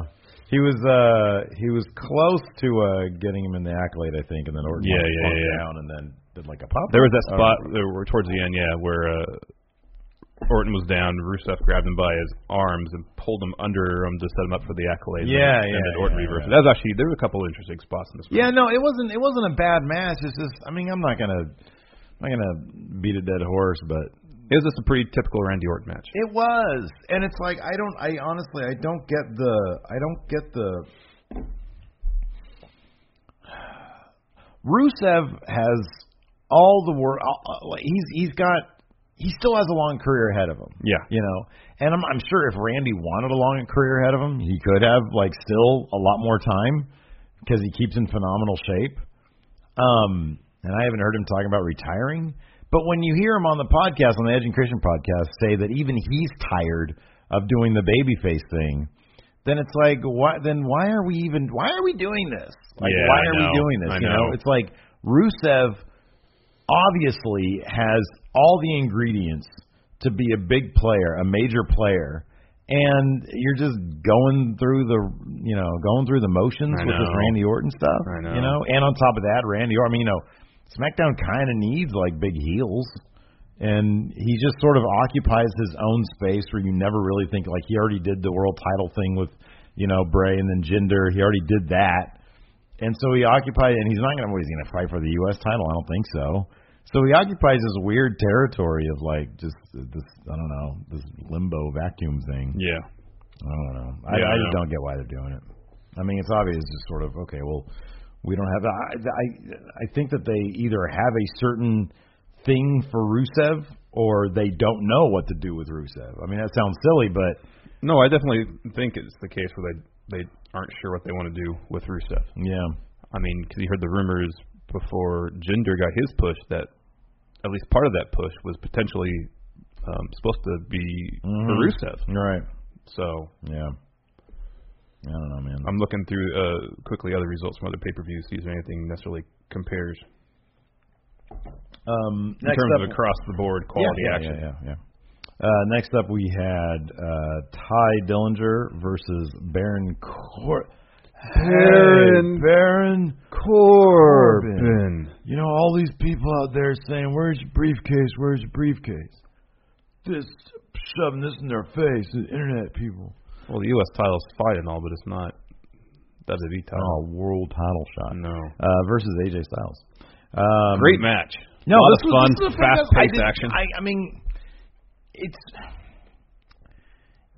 [SPEAKER 4] He was uh he was close to uh getting him in the accolade, I think, and then Orton
[SPEAKER 5] Yeah,
[SPEAKER 4] like,
[SPEAKER 5] yeah,
[SPEAKER 4] bumped
[SPEAKER 5] yeah.
[SPEAKER 4] down and then did like a pop.
[SPEAKER 5] There was that
[SPEAKER 4] Oh,
[SPEAKER 5] spot there were towards the end, yeah, where uh, Orton was down. Rusev grabbed him by his arms and pulled him under him to set him up for the accolade.
[SPEAKER 4] Yeah,
[SPEAKER 5] and
[SPEAKER 4] yeah,
[SPEAKER 5] then Orton
[SPEAKER 4] yeah,
[SPEAKER 5] reversed.
[SPEAKER 4] yeah.
[SPEAKER 5] That was actually there were a couple of interesting spots in this.
[SPEAKER 4] Yeah, no, it wasn't. It wasn't a bad match. It's just, I mean, I'm not gonna, I'm not gonna beat a dead horse, but
[SPEAKER 5] match. It was just a pretty typical Randy Orton match.
[SPEAKER 4] it was, and it's like I don't, I honestly, I don't get the, I don't get the. Rusev has all the work. He's he's got he still has a long career ahead of him.
[SPEAKER 5] Yeah.
[SPEAKER 4] you know, and I'm I'm sure if Randy wanted a long career ahead of him, he could have like still a lot more time because he keeps in phenomenal shape. Um, and I haven't heard him talking about retiring. But when you hear him on the podcast, on the Edge and Christian podcast, say that even he's tired of doing the babyface thing, then it's like, why? Then why are we even? Why are we doing this? Like,
[SPEAKER 5] Yeah,
[SPEAKER 4] why
[SPEAKER 5] I
[SPEAKER 4] are we
[SPEAKER 5] know.
[SPEAKER 4] doing this?
[SPEAKER 5] I
[SPEAKER 4] you know,
[SPEAKER 5] know.
[SPEAKER 4] it's like Rusev obviously has all the ingredients to be a big player, a major player, and you're just going through the you know going through the motions
[SPEAKER 5] I
[SPEAKER 4] with this
[SPEAKER 5] know.
[SPEAKER 4] Randy Orton stuff.
[SPEAKER 5] I know.
[SPEAKER 4] You know, and on top of that, Randy Orton. I mean, you know, SmackDown kind of needs like big heels. And he just sort of occupies his own space where you never really think like he already did the world title thing with, you know, Bray and then Jinder. He already did that. And so he occupied, and he's not going to. He's going to fight for the U.S. title. I don't think so. So he occupies this weird territory of like just this. I don't know this limbo vacuum thing.
[SPEAKER 5] Yeah.
[SPEAKER 4] I don't know. I, I
[SPEAKER 5] Yeah, I
[SPEAKER 4] just
[SPEAKER 5] know.
[SPEAKER 4] don't get why they're doing it. I mean, it's obvious. It's just sort of okay. Well, we don't have. I I I think that they either have a certain thing for Rusev or they don't know what to do with Rusev. I mean, that sounds silly, but
[SPEAKER 5] No, I definitely think it's the case where they they aren't sure what they want to do with Rusev.
[SPEAKER 4] yeah,
[SPEAKER 5] I mean, because you heard the rumors before Jinder got his push that at least part of that push was potentially um, supposed to be for
[SPEAKER 4] Mhm.
[SPEAKER 5] Rusev.
[SPEAKER 4] you're right.
[SPEAKER 5] So
[SPEAKER 4] Yeah, I don't know, man.
[SPEAKER 5] I'm looking through uh, quickly other results from other pay-per-views, see if anything necessarily compares
[SPEAKER 4] Um,
[SPEAKER 5] in terms of across the board quality
[SPEAKER 4] yeah,
[SPEAKER 5] action.
[SPEAKER 4] Yeah, yeah. yeah. Uh, next up, we had uh, Ty Dillinger versus Baron Cor.
[SPEAKER 5] Baron-
[SPEAKER 4] Hey, Baron Corbin. You know all these people out there saying, "Where's your briefcase? Where's your briefcase?" This shoving this in their face, the internet people.
[SPEAKER 5] Well, the U.S. title's fine and all, but it's not WWE title.
[SPEAKER 4] Oh, world title shot.
[SPEAKER 5] No.
[SPEAKER 4] Uh, versus AJ Styles. Um,
[SPEAKER 5] Great match.
[SPEAKER 4] No,
[SPEAKER 5] a lot
[SPEAKER 4] this
[SPEAKER 5] of
[SPEAKER 4] was-
[SPEAKER 5] fun,
[SPEAKER 4] this was the thing that I
[SPEAKER 5] fast-paced
[SPEAKER 4] didn't-
[SPEAKER 5] action.
[SPEAKER 4] I, I mean, it's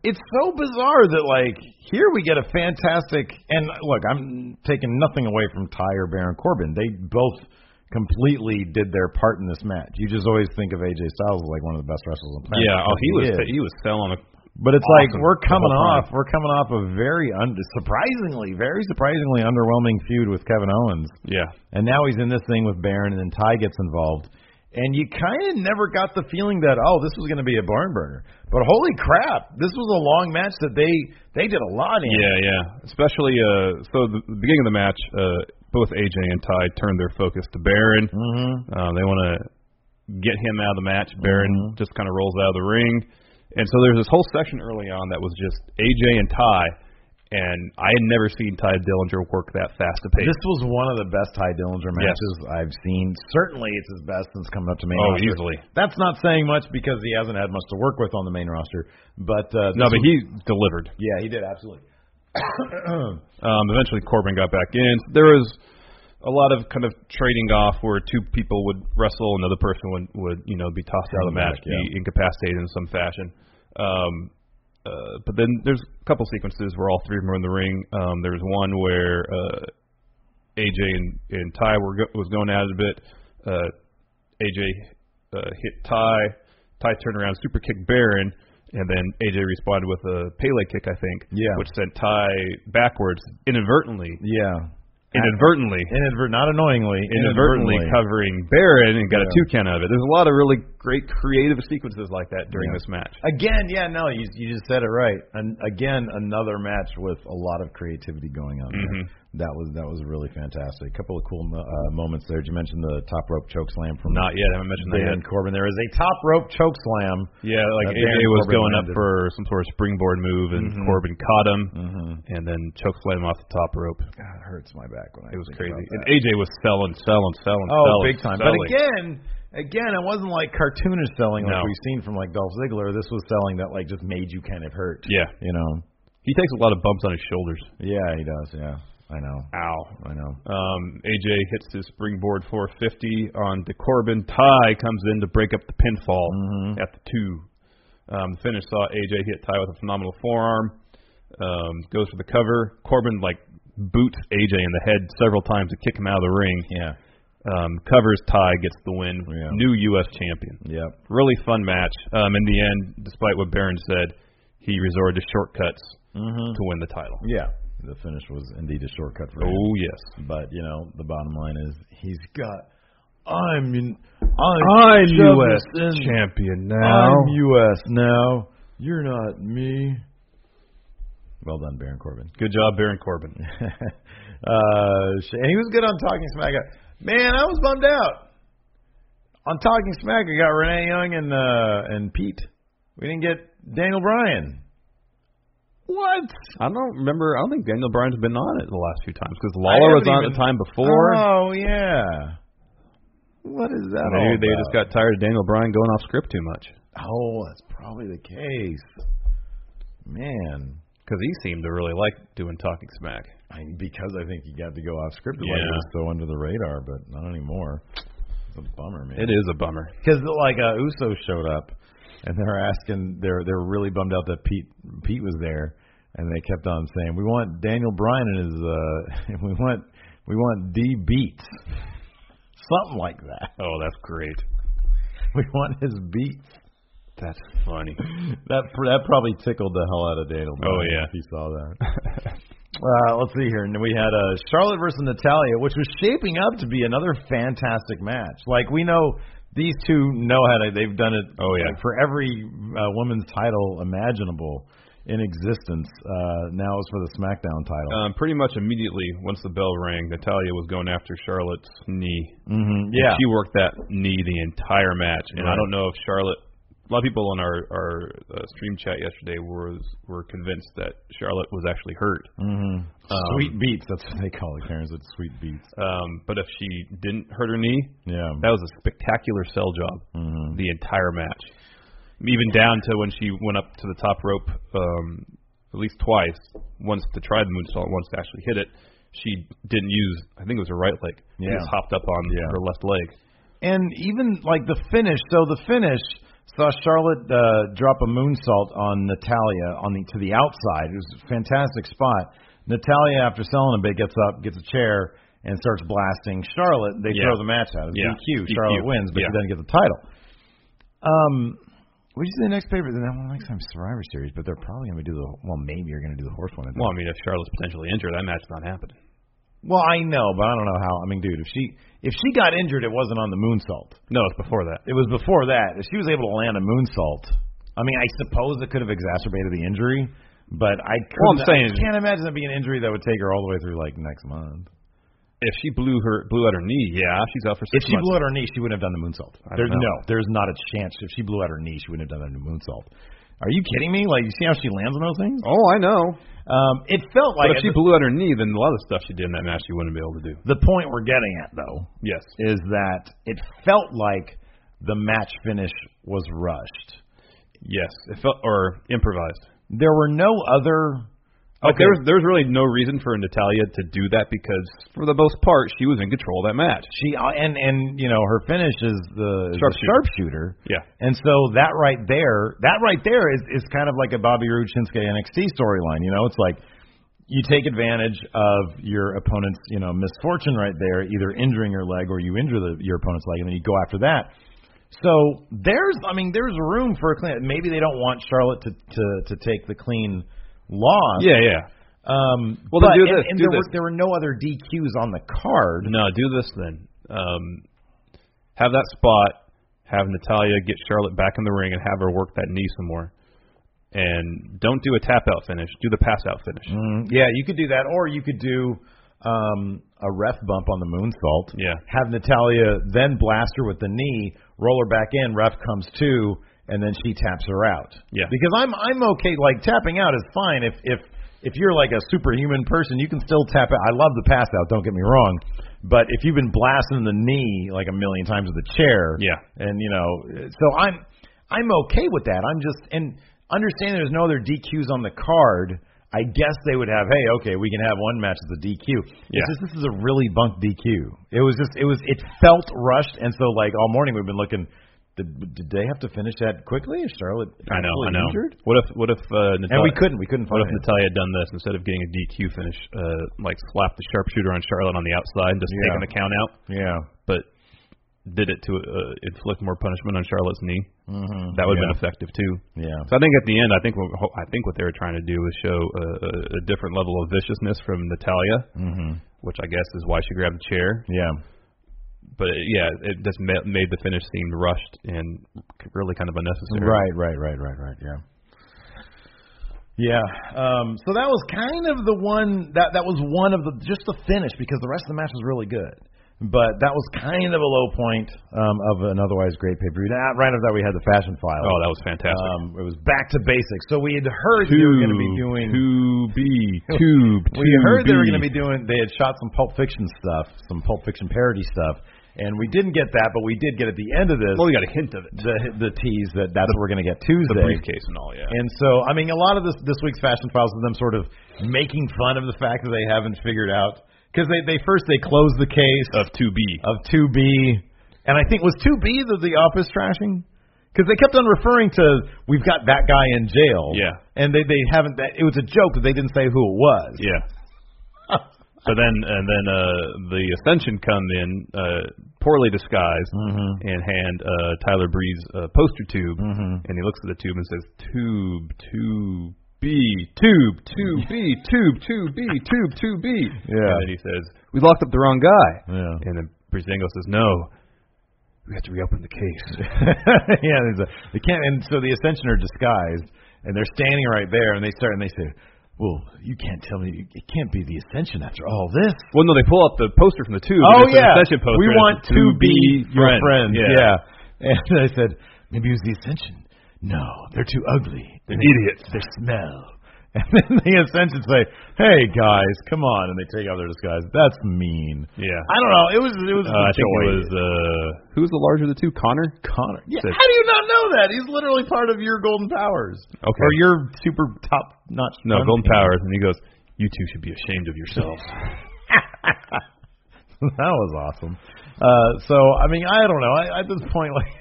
[SPEAKER 4] it's so bizarre that like here we get a fantastic and look, I'm taking nothing away from Ty or Baron Corbin. They both completely did their part in this match. You just always think of AJ Styles as like one of the best wrestlers on the planet.
[SPEAKER 5] yeah, oh, he was
[SPEAKER 4] is.
[SPEAKER 5] he was selling a
[SPEAKER 4] But it's like
[SPEAKER 5] awesome
[SPEAKER 4] we're
[SPEAKER 5] the
[SPEAKER 4] coming
[SPEAKER 5] whole
[SPEAKER 4] off,
[SPEAKER 5] time.
[SPEAKER 4] we're coming off a very un- surprisingly, very surprisingly underwhelming feud with Kevin Owens.
[SPEAKER 5] yeah.
[SPEAKER 4] And now he's in this thing with Baron, and then Ty gets involved. And you kind of never got the feeling that oh, this was going to be a barn burner. But holy crap, this was a long match that they they did a lot in.
[SPEAKER 5] Yeah, yeah. Especially uh so the, the beginning of the match, uh both AJ and Ty turned their focus to Baron.
[SPEAKER 4] Mm-hmm.
[SPEAKER 5] Uh, they want to get him out of the match. Baron
[SPEAKER 4] Mhm.
[SPEAKER 5] just kind of rolls out of the ring. And so there's this whole section early on that was just AJ and Ty and I had never seen Ty Dillinger work that fast a pace.
[SPEAKER 4] This was one of the best Ty Dillinger
[SPEAKER 5] Yes.
[SPEAKER 4] matches I've seen. Certainly, it's his best since coming up to main
[SPEAKER 5] oh,
[SPEAKER 4] roster.
[SPEAKER 5] easily.
[SPEAKER 4] That's not saying much because he hasn't had much to work with on the main roster. But uh,
[SPEAKER 5] No,
[SPEAKER 4] this was-
[SPEAKER 5] but he delivered.
[SPEAKER 4] yeah, he did absolutely.
[SPEAKER 5] Um, eventually, Corbin got back in. There was a lot of kind of trading off where two people would wrestle, another person would, would you know be tossed out of the
[SPEAKER 4] Hang
[SPEAKER 5] match,
[SPEAKER 4] back, yeah.
[SPEAKER 5] be incapacitated in some fashion. Um, uh, but then there's a couple sequences where all three of them were in the ring. Um, there was one where uh, AJ and, and Ty were go- was going at it a bit. Uh, AJ uh, hit Ty. Ty turned around, super kicked Baron, and then AJ responded with a Pele kick, I think,
[SPEAKER 4] Yeah.
[SPEAKER 5] which sent Ty backwards inadvertently.
[SPEAKER 4] Yeah,
[SPEAKER 5] Inadvertently.
[SPEAKER 4] inadvert, not annoyingly,
[SPEAKER 5] Inadvertently covering Baron and got
[SPEAKER 4] Yeah.
[SPEAKER 5] a two count out of it. There's a lot of really great creative sequences like that during
[SPEAKER 4] Yeah.
[SPEAKER 5] this match.
[SPEAKER 4] Again, yeah, no, you you just said it right. And again, another match with a lot of creativity going on. there.
[SPEAKER 5] Mhm.
[SPEAKER 4] That was that was really fantastic. A couple of cool mo- uh, moments there. Did you mention the top rope choke slam from
[SPEAKER 5] Not yet. I haven't mentioned that
[SPEAKER 4] Baron Corbin? There is a top rope choke slam.
[SPEAKER 5] yet. Yeah, like
[SPEAKER 4] Uh,
[SPEAKER 5] AJ
[SPEAKER 4] Baron
[SPEAKER 5] was
[SPEAKER 4] Corbin
[SPEAKER 5] going
[SPEAKER 4] landed.
[SPEAKER 5] up for some sort of springboard move, and
[SPEAKER 4] Mhm.
[SPEAKER 5] Corbin caught him
[SPEAKER 4] Mm-hmm.
[SPEAKER 5] and then chokeslammed him off the top rope.
[SPEAKER 4] God, it hurts my back when I
[SPEAKER 5] It was
[SPEAKER 4] think
[SPEAKER 5] crazy.
[SPEAKER 4] about
[SPEAKER 5] And
[SPEAKER 4] that.
[SPEAKER 5] AJ was selling, selling, selling,
[SPEAKER 4] Oh,
[SPEAKER 5] selling.
[SPEAKER 4] big time.
[SPEAKER 5] Selling.
[SPEAKER 4] But again, again, it wasn't like cartoonish selling like
[SPEAKER 5] No.
[SPEAKER 4] we've seen from like Dolph Ziggler. This was selling that like just made you kind of hurt.
[SPEAKER 5] yeah,
[SPEAKER 4] You know?
[SPEAKER 5] he takes a lot of bumps on his shoulders.
[SPEAKER 4] Yeah, he does. Yeah, I know.
[SPEAKER 5] Ow.
[SPEAKER 4] I know.
[SPEAKER 5] Um, AJ hits his springboard 450 on DeCorbin. Ty comes in to break up the pinfall
[SPEAKER 4] Mhm.
[SPEAKER 5] at the two. Um, the finish saw AJ hit Ty with a phenomenal forearm. Um, goes for the cover. Corbin like boots AJ in the head several times to kick him out of the ring.
[SPEAKER 4] Yeah.
[SPEAKER 5] Um, covers Ty, gets the win.
[SPEAKER 4] Yeah.
[SPEAKER 5] New U.S. champion.
[SPEAKER 4] Yep.
[SPEAKER 5] Really fun match. Um, in the end, despite what Baron said, he resorted to shortcuts
[SPEAKER 4] Mm-hmm.
[SPEAKER 5] to win the title.
[SPEAKER 4] Yeah, the finish was indeed a shortcut for him.
[SPEAKER 5] Oh yes.
[SPEAKER 4] But you know, the bottom line is he's got I'm in, I'm,
[SPEAKER 5] I'm
[SPEAKER 4] Jefferson.
[SPEAKER 5] U.S. champion now.
[SPEAKER 4] I'm U.S. now. You're not me. Well done, Baron Corbin.
[SPEAKER 5] Good job, Baron Corbin.
[SPEAKER 4] uh, sh- and he was good on Talking Smack. Man, I was bummed out. On Talking Smack, we got Renee Young and uh, and Pete. We didn't get Daniel Bryan.
[SPEAKER 5] What? I don't remember. I don't think Daniel Bryan's been on it the last few times because
[SPEAKER 4] I
[SPEAKER 5] Lawler was
[SPEAKER 4] haven't
[SPEAKER 5] on it
[SPEAKER 4] even-
[SPEAKER 5] the time before.
[SPEAKER 4] Oh yeah. What is that? all
[SPEAKER 5] Maybe they
[SPEAKER 4] about?
[SPEAKER 5] just got tired of Daniel Bryan going off script too much
[SPEAKER 4] Oh, that's probably the case. Man,
[SPEAKER 5] because he seemed to really like doing talking smack.
[SPEAKER 4] I, because I think he got to go off script.
[SPEAKER 5] Yeah.
[SPEAKER 4] Like it was so under the radar, but not anymore. It's a bummer, man.
[SPEAKER 5] It is a bummer.
[SPEAKER 4] because like uh, Uso showed up, and they're asking, they're they're really bummed out that Pete Pete was there, and they kept on saying, "We want Daniel Bryan and his, uh, we want we want D Beats, something like that.
[SPEAKER 5] Oh, that's great.
[SPEAKER 4] We want his beats."
[SPEAKER 5] That's funny.
[SPEAKER 4] That that probably tickled the hell out of Daniel. Bryan
[SPEAKER 5] Oh, yeah.
[SPEAKER 4] if he saw that. uh, let's see here. And we had uh, Charlotte versus Natalia, which was shaping up to be another fantastic match. Like we know these two know how to. They've done it.
[SPEAKER 5] Oh, yeah.
[SPEAKER 4] like, for every uh, women's title imaginable in existence. Uh, now it's for the SmackDown title.
[SPEAKER 5] Um, pretty much immediately, once the bell rang, Natalia was going after Charlotte's knee.
[SPEAKER 4] mm-hmm.
[SPEAKER 5] And
[SPEAKER 4] Yeah.
[SPEAKER 5] She worked that knee the entire match, and
[SPEAKER 4] Right.
[SPEAKER 5] I don't know if Charlotte. A lot of people on our our uh, stream chat yesterday was were convinced that Charlotte was actually hurt.
[SPEAKER 4] Mm-hmm. sweet beats. That's what they call it. Karen's it's sweet beats.
[SPEAKER 5] Um, but if she didn't hurt her knee,
[SPEAKER 4] Yeah. Mm-hmm.
[SPEAKER 5] that was a spectacular sell job the entire match, even down to when she went up to the top rope um, at least twice. Once to try the moonsault, once to actually hit it. She didn't use. I think it was her right leg. She
[SPEAKER 4] Yeah.
[SPEAKER 5] just hopped up on
[SPEAKER 4] Yeah.
[SPEAKER 5] her left leg.
[SPEAKER 4] and even like the finish. So the finish saw Charlotte uh, drop a moonsault on Natalia on the to the outside. It was a fantastic spot. Natalia, after selling a bit, gets up, gets a chair, and starts blasting Charlotte. They
[SPEAKER 5] Yeah.
[SPEAKER 4] throw the match out. It's
[SPEAKER 5] Yeah.
[SPEAKER 4] DQ.
[SPEAKER 5] DQ.
[SPEAKER 4] Charlotte wins, but she
[SPEAKER 5] Yeah.
[SPEAKER 4] doesn't get the title. Um. Which is the next paper? Then well, next time Survivor Series, but they're probably going to do the well. Maybe you're going to do the horse one. at the
[SPEAKER 5] Well, I mean, if Charlotte's potentially injured, that match's not happening.
[SPEAKER 4] Well, I know, but I don't know how. I mean, dude, if she if she got injured, it wasn't on the moonsault.
[SPEAKER 5] No, it's before that.
[SPEAKER 4] It was before that. If she was able to land a moonsault, I mean, I suppose it could have exacerbated the injury, but I
[SPEAKER 5] Well, I'm
[SPEAKER 4] couldn't.
[SPEAKER 5] saying-
[SPEAKER 4] I can't imagine that being an injury that would take her all the way through like next month.
[SPEAKER 5] If she blew her blew out her knee, yeah, she's out for
[SPEAKER 4] If
[SPEAKER 5] six
[SPEAKER 4] she
[SPEAKER 5] months.
[SPEAKER 4] blew out her knee, she wouldn't have done the moonsault.
[SPEAKER 5] I
[SPEAKER 4] There's
[SPEAKER 5] don't know.
[SPEAKER 4] no, there's not a chance. If she blew out her knee, she wouldn't have done the moonsault. Are you kidding me? Like, you see how she lands on those things?
[SPEAKER 5] oh, I know.
[SPEAKER 4] Um, it felt
[SPEAKER 5] But
[SPEAKER 4] like
[SPEAKER 5] if she blew out her knee, then a lot of the stuff she did in that match she wouldn't be able to do.
[SPEAKER 4] the point we're getting at though
[SPEAKER 5] Yes.
[SPEAKER 4] is that it felt like the match finish was rushed.
[SPEAKER 5] Yes. It felt or improvised.
[SPEAKER 4] There were no other.
[SPEAKER 5] Like there was there was really no reason for Natalia to do that because for the most part she was in control of that match.
[SPEAKER 4] She uh, and and you know her finish is the is the
[SPEAKER 5] Sharpshooter.
[SPEAKER 4] sharpshooter.
[SPEAKER 5] Yeah.
[SPEAKER 4] And so that right there, that right there is is kind of like a Bobby Roode Shinsuke NXT storyline. You know, it's like you take advantage of your opponent's you know misfortune right there, either injuring your leg or you injure the, your opponent's leg, and then you go after that. So there's, I mean, there's room for a clean. Maybe they don't want Charlotte to to to take the clean loss.
[SPEAKER 5] Yeah, yeah.
[SPEAKER 4] Um,
[SPEAKER 5] Well,
[SPEAKER 4] but,
[SPEAKER 5] then do
[SPEAKER 4] and-
[SPEAKER 5] this,
[SPEAKER 4] And,
[SPEAKER 5] do
[SPEAKER 4] there,
[SPEAKER 5] this.
[SPEAKER 4] Were, there were no other DQs on the card.
[SPEAKER 5] No, do this then. Um have that spot, have Natalia get Charlotte back in the ring and have her work that knee some more. And don't do a tap out finish, do the pass out finish.
[SPEAKER 4] Mm, yeah, you could do that, or you could do um, a ref bump on the moonsault.
[SPEAKER 5] Yeah.
[SPEAKER 4] Have Natalia then blast her with the knee, roll her back in. Ref comes to, and then she taps her out.
[SPEAKER 5] Yeah.
[SPEAKER 4] Because I'm I'm okay. Like tapping out is fine if if if you're like a superhuman person, you can still tap out. I love the pass out. Don't get me wrong. But if you've been blasting the knee like a million times with a chair,
[SPEAKER 5] Yeah.
[SPEAKER 4] and you know, so I'm I'm okay with that. I'm just and understanding there's no other DQs on the card. I guess they would have. Hey, okay, we can have one match as a DQ.
[SPEAKER 5] Yeah.
[SPEAKER 4] It's just this is a really bunk DQ. It was just it was it felt rushed, and so like all morning we've been looking. Did, did they have to finish that quickly? Is Charlotte
[SPEAKER 5] I know,
[SPEAKER 4] actually
[SPEAKER 5] I know.
[SPEAKER 4] injured?
[SPEAKER 5] What if what if uh, Natalia
[SPEAKER 4] And we couldn't. We couldn't
[SPEAKER 5] What
[SPEAKER 4] find
[SPEAKER 5] if
[SPEAKER 4] it.
[SPEAKER 5] Natalia had done this instead of getting a DQ finish, uh, like slap the sharpshooter on Charlotte on the outside and just
[SPEAKER 4] Yeah.
[SPEAKER 5] taking the count out,
[SPEAKER 4] yeah.
[SPEAKER 5] but did it to uh, inflict more punishment on Charlotte's knee?
[SPEAKER 4] Mm-hmm.
[SPEAKER 5] That would have been effective too.
[SPEAKER 4] Yeah.
[SPEAKER 5] So I think at the end, I think what, I think what they were trying to do was show a, a, a different level of viciousness from Natalia, mm-hmm. which I guess is why she grabbed the chair.
[SPEAKER 4] Yeah.
[SPEAKER 5] but yeah, it just ma- made the finish seem rushed and really kind of unnecessary.
[SPEAKER 4] Right, right, right, right, right. Yeah. Yeah. Um, so that was kind of the one that that was one of the just the finish because the rest of the match was really good. But that was kind of a low point um, of an otherwise great pay per view. Right after that, we had the fashion file.
[SPEAKER 5] Oh, that was fantastic.
[SPEAKER 4] Um, it was back to basics. So we had heard they were going to be doing.
[SPEAKER 5] Two B, tube,
[SPEAKER 4] we heard they were going to be doing. They had shot some Pulp Fiction stuff, some Pulp Fiction parody stuff, and we didn't get that, but we did get at the end of this
[SPEAKER 5] Well, we got a hint of it.
[SPEAKER 4] the the tease that that's what we're going to get Tuesday.
[SPEAKER 5] The briefcase and all, yeah.
[SPEAKER 4] And so, I mean, a lot of this this week's fashion files is them sort of making fun of the fact that they haven't figured out because they they first they close the case
[SPEAKER 5] of two B.
[SPEAKER 4] of 2B, and I think was 2B the the office trashing because they kept on referring to we've got that guy in jail.
[SPEAKER 5] Yeah.
[SPEAKER 4] and they they haven't. That, it was a joke that they didn't say who it was.
[SPEAKER 5] Yeah. but then and then uh the Ascension come in uh poorly disguised and hand uh Tyler Breeze a poster tube and he looks at the tube and says tube tube B tube tube B tube tube B tube tube B
[SPEAKER 4] Yeah.
[SPEAKER 5] and then he says we locked up the wrong guy
[SPEAKER 4] Yeah.
[SPEAKER 5] and then Breezango says no we have to reopen the case
[SPEAKER 4] yeah, there's a, they can't. And so the Ascension are disguised, and they're standing right there, and they start and they say, "Well, you can't tell me it can't be the Ascension after all this." Oh,
[SPEAKER 5] well no they pull out the poster from the tube and it's an Ascension poster
[SPEAKER 4] we
[SPEAKER 5] and it's
[SPEAKER 4] want
[SPEAKER 5] a
[SPEAKER 4] to be your
[SPEAKER 5] friend.
[SPEAKER 4] friends.
[SPEAKER 5] yeah.
[SPEAKER 4] Yeah. and I said, "Maybe it was the Ascension." No, they're too ugly. They're
[SPEAKER 5] idiots.
[SPEAKER 4] They smell. And then the Ascension say, "Hey guys, come on!" And they take off their disguise. That's mean.
[SPEAKER 5] Yeah.
[SPEAKER 4] I don't know. It was it was.
[SPEAKER 5] Uh, I think it
[SPEAKER 4] enjoyed.
[SPEAKER 5] was uh who's the larger of the two? Connor. Connor.
[SPEAKER 4] Yeah, how do you not know that? He's literally part of your Golden Powers.
[SPEAKER 5] Okay.
[SPEAKER 4] Or your super top notch.
[SPEAKER 5] no,
[SPEAKER 4] fun
[SPEAKER 5] Golden
[SPEAKER 4] team.
[SPEAKER 5] Powers, and he goes, "You two should be ashamed of yourselves."
[SPEAKER 4] that was awesome. Uh, so, I mean, I don't know. I, at this point, like,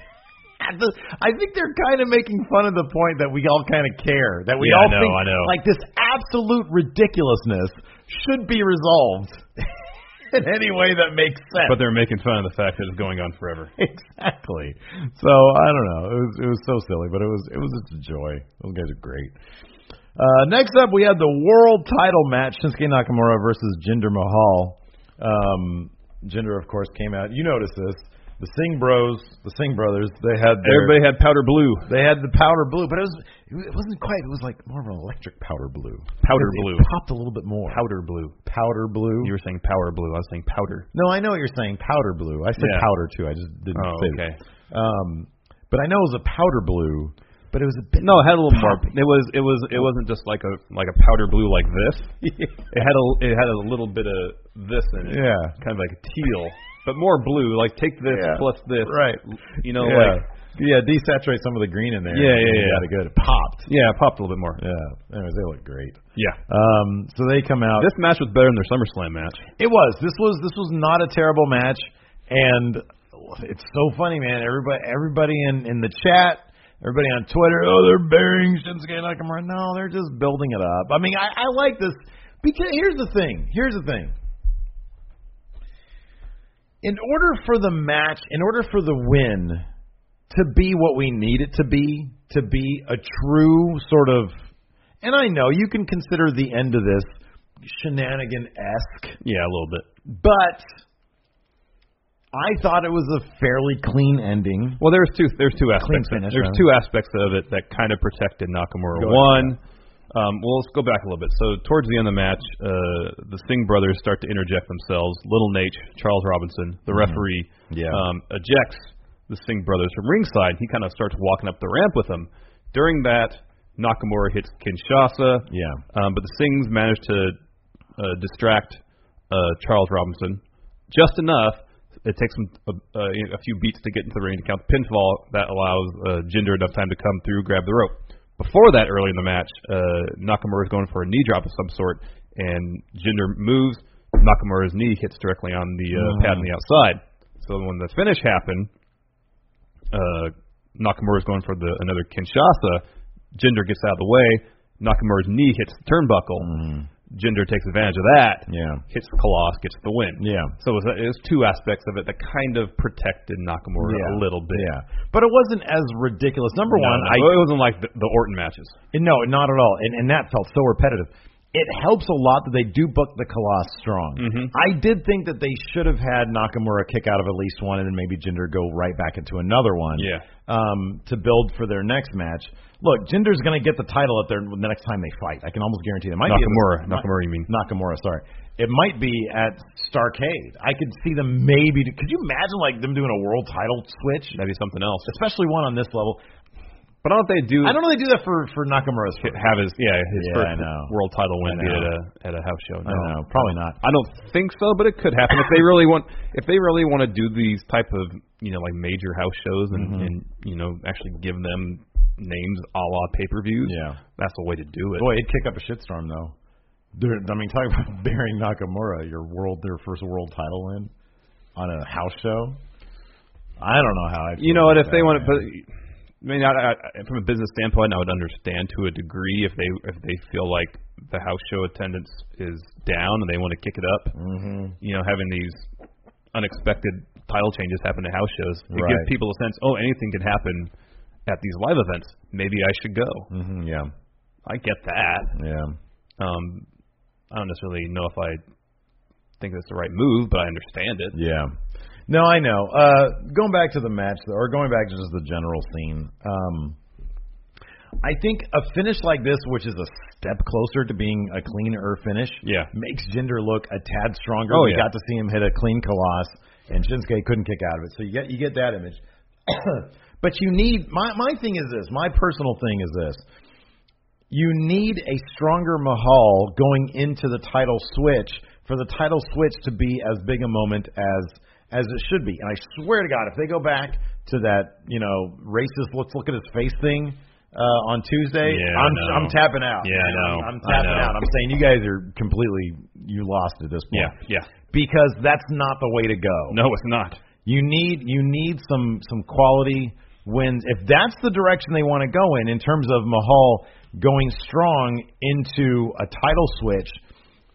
[SPEAKER 4] at the, I think they're kind of making fun of the point that we all kind of care. That we
[SPEAKER 5] Yeah, I
[SPEAKER 4] all
[SPEAKER 5] know,
[SPEAKER 4] think,
[SPEAKER 5] I know.
[SPEAKER 4] like, this absolute ridiculousness should be resolved in any way that makes sense.
[SPEAKER 5] but they're making fun of the fact that it's going on forever.
[SPEAKER 4] exactly. So I don't know. It was it was so silly, but it was it was just a joy. Those guys are great. Uh, next up, we had the world title match: Shinsuke Nakamura versus Jinder Mahal. Um, Jinder, of course, came out. You noticed this. The Singh Bros, the Singh Brothers, they had their,
[SPEAKER 5] Everybody had powder blue.
[SPEAKER 4] they had the powder blue, but it was it wasn't quite. It was like more of an electric powder blue.
[SPEAKER 5] Powder
[SPEAKER 4] It-
[SPEAKER 5] blue.
[SPEAKER 4] It popped a little bit more.
[SPEAKER 5] Powder blue.
[SPEAKER 4] Powder blue.
[SPEAKER 5] You were saying power blue. I was saying powder.
[SPEAKER 4] No, I know what you're saying. Powder blue. I said
[SPEAKER 5] Yeah.
[SPEAKER 4] powder too. I just didn't
[SPEAKER 5] Oh,
[SPEAKER 4] say
[SPEAKER 5] okay.
[SPEAKER 4] Um, but I know it was a powder blue, but it was a bit.
[SPEAKER 5] No, it had a little more.
[SPEAKER 4] Poppy.
[SPEAKER 5] It was. It was. It wasn't just like a like a powder blue like this. It had a. It had a little bit of this in it.
[SPEAKER 4] Yeah.
[SPEAKER 5] Kind of like a teal, but more blue. Like take this
[SPEAKER 4] Yeah.
[SPEAKER 5] plus this.
[SPEAKER 4] Right.
[SPEAKER 5] You know.
[SPEAKER 4] yeah.
[SPEAKER 5] Like.
[SPEAKER 4] yeah, desaturate some of the green in there.
[SPEAKER 5] Yeah, yeah,
[SPEAKER 4] You
[SPEAKER 5] yeah.
[SPEAKER 4] Got it good. It popped.
[SPEAKER 5] Yeah. It popped a little bit more.
[SPEAKER 4] Yeah. Anyways, they look great.
[SPEAKER 5] Yeah.
[SPEAKER 4] Um, so they come out.
[SPEAKER 5] This match was better than their SummerSlam match.
[SPEAKER 4] It was. This was this was not a terrible match, and it's so funny, man. Everybody, everybody in in the chat, everybody on Twitter. Oh, they're burying Shinsuke Nakamura. No, they're just building it up. I mean, I, I like this because here's the thing. Here's the thing. In order for the match, in order for the win to be what we need it to be, to be a true sort of, and I know you can consider the end of this shenanigan esque
[SPEAKER 5] Yeah, a little bit.
[SPEAKER 4] but I thought it was a fairly clean ending.
[SPEAKER 5] Well, there's two there's two
[SPEAKER 4] Mm-hmm. Clean
[SPEAKER 5] aspects.
[SPEAKER 4] finish,
[SPEAKER 5] there's
[SPEAKER 4] rather.
[SPEAKER 5] two aspects of it that kind of protected Nakamura.
[SPEAKER 4] Go ahead.
[SPEAKER 5] One, um, well, let's go back a little bit. So towards the end of the match, uh, the Singh brothers start to interject themselves. Little Nate, Charles Robinson, the referee,
[SPEAKER 4] Mm-hmm. Yeah.
[SPEAKER 5] um, ejects the Singh brothers from ringside. He kind of starts walking up the ramp with them. During that, Nakamura hits Kinshasa.
[SPEAKER 4] Yeah.
[SPEAKER 5] Um, but the Singhs managed to uh, distract uh, Charles Robinson just enough. It takes him a, a, a few beats to get into the ring to count the pinfall. That allows uh, Jinder enough time to come through, grab the rope. Before that, early in the match, uh, Nakamura is going for a knee drop of some sort, and Jinder moves. Nakamura's knee hits directly on the uh, pad on the outside. So when the finish happened, uh, Nakamura's going for the another Kinshasa. Jinder gets out of the way. Nakamura's knee hits the turnbuckle. Jinder takes advantage of that.
[SPEAKER 4] Mm-hmm. Yeah.
[SPEAKER 5] Hits the Colossus, gets the win.
[SPEAKER 4] Yeah.
[SPEAKER 5] So it was, it was two aspects of it that kind of protected Nakamura a little bit.
[SPEAKER 4] Yeah. But it wasn't as ridiculous. Number
[SPEAKER 5] No,
[SPEAKER 4] one,
[SPEAKER 5] no,
[SPEAKER 4] I
[SPEAKER 5] it wasn't like the, the Orton matches.
[SPEAKER 4] no, not at all. And and that felt so repetitive. it helps a lot that they do book the Colossus strong. I did think that they should have had Nakamura kick out of at least one, and then maybe Jinder go right back into another one.
[SPEAKER 5] Yeah.
[SPEAKER 4] Um, to build for their next match. Look, Jinder's going to get the title at their the next time they fight. I can almost guarantee that. Might Be
[SPEAKER 5] Nakamura.
[SPEAKER 4] at the-
[SPEAKER 5] Nakamura, you mean.
[SPEAKER 4] Nakamura, sorry. It might be at Starcade. I could see them maybe. Could you imagine like them doing a world title switch?
[SPEAKER 5] That'd be something else.
[SPEAKER 4] Especially one on this level.
[SPEAKER 5] But I don't think they do
[SPEAKER 4] I don't know if they do that for for Nakamura's. first.
[SPEAKER 5] have his yeah his
[SPEAKER 4] Yeah, I
[SPEAKER 5] first
[SPEAKER 4] know.
[SPEAKER 5] world title win
[SPEAKER 4] I
[SPEAKER 5] be
[SPEAKER 4] know.
[SPEAKER 5] at a at a house show.
[SPEAKER 4] I
[SPEAKER 5] No.
[SPEAKER 4] don't know, probably not.
[SPEAKER 5] I don't think so, but it could happen if they really want if they really want to do these type of you know like major house shows and,
[SPEAKER 4] Mm-hmm.
[SPEAKER 5] and you know actually give them names a la pay per views.
[SPEAKER 4] Yeah.
[SPEAKER 5] that's the way to do it.
[SPEAKER 4] Boy, it'd kick up a shitstorm though. Dude, I mean, talk about burying Nakamura, your world, their first world title win on a house show. I don't know how. I
[SPEAKER 5] you
[SPEAKER 4] feel
[SPEAKER 5] know what?
[SPEAKER 4] about
[SPEAKER 5] If they
[SPEAKER 4] that,
[SPEAKER 5] want to,
[SPEAKER 4] man.
[SPEAKER 5] but I mean, I, I, from a business standpoint, I would understand to a degree if they if they feel like the house show attendance is down and they want to kick it up. Mm-hmm. You know, having these unexpected title changes happen to house shows it gives
[SPEAKER 4] Right.
[SPEAKER 5] people a sense, oh, anything could happen at these live events. Maybe I should go.
[SPEAKER 4] Mhm, yeah,
[SPEAKER 5] I get that.
[SPEAKER 4] yeah.
[SPEAKER 5] Um, I don't necessarily know if I think that's the right move, but I understand it.
[SPEAKER 4] Yeah. No, I know. Uh going back to the match though, or going back to just the general scene. Um I think a finish like this, which is a step closer to being a cleaner finish,
[SPEAKER 5] Yeah.
[SPEAKER 4] makes Jinder look a tad stronger.
[SPEAKER 5] Oh,
[SPEAKER 4] we
[SPEAKER 5] yeah.
[SPEAKER 4] got to see him hit a clean coloss, and Shinsuke couldn't kick out of it. So you get you get that image. but you need my my thing is this. My personal thing is this you need a stronger Mahal going into the title switch for the title switch to be as big a moment as as it should be. And I swear to God, if they go back to that, you know, racist let's look at his face thing uh, on Tuesday,
[SPEAKER 5] Yeah, I
[SPEAKER 4] I'm
[SPEAKER 5] know.
[SPEAKER 4] I'm tapping out.
[SPEAKER 5] Yeah, I know.
[SPEAKER 4] I'm, I'm
[SPEAKER 5] I
[SPEAKER 4] tapping
[SPEAKER 5] know.
[SPEAKER 4] out. I'm saying you guys are completely you lost at this point.
[SPEAKER 5] Yeah, yeah.
[SPEAKER 4] Because that's not the way to go.
[SPEAKER 5] No, it's not.
[SPEAKER 4] You need you need some some quality wins. If that's the direction they want to go in in terms of Mahal going strong into a title switch,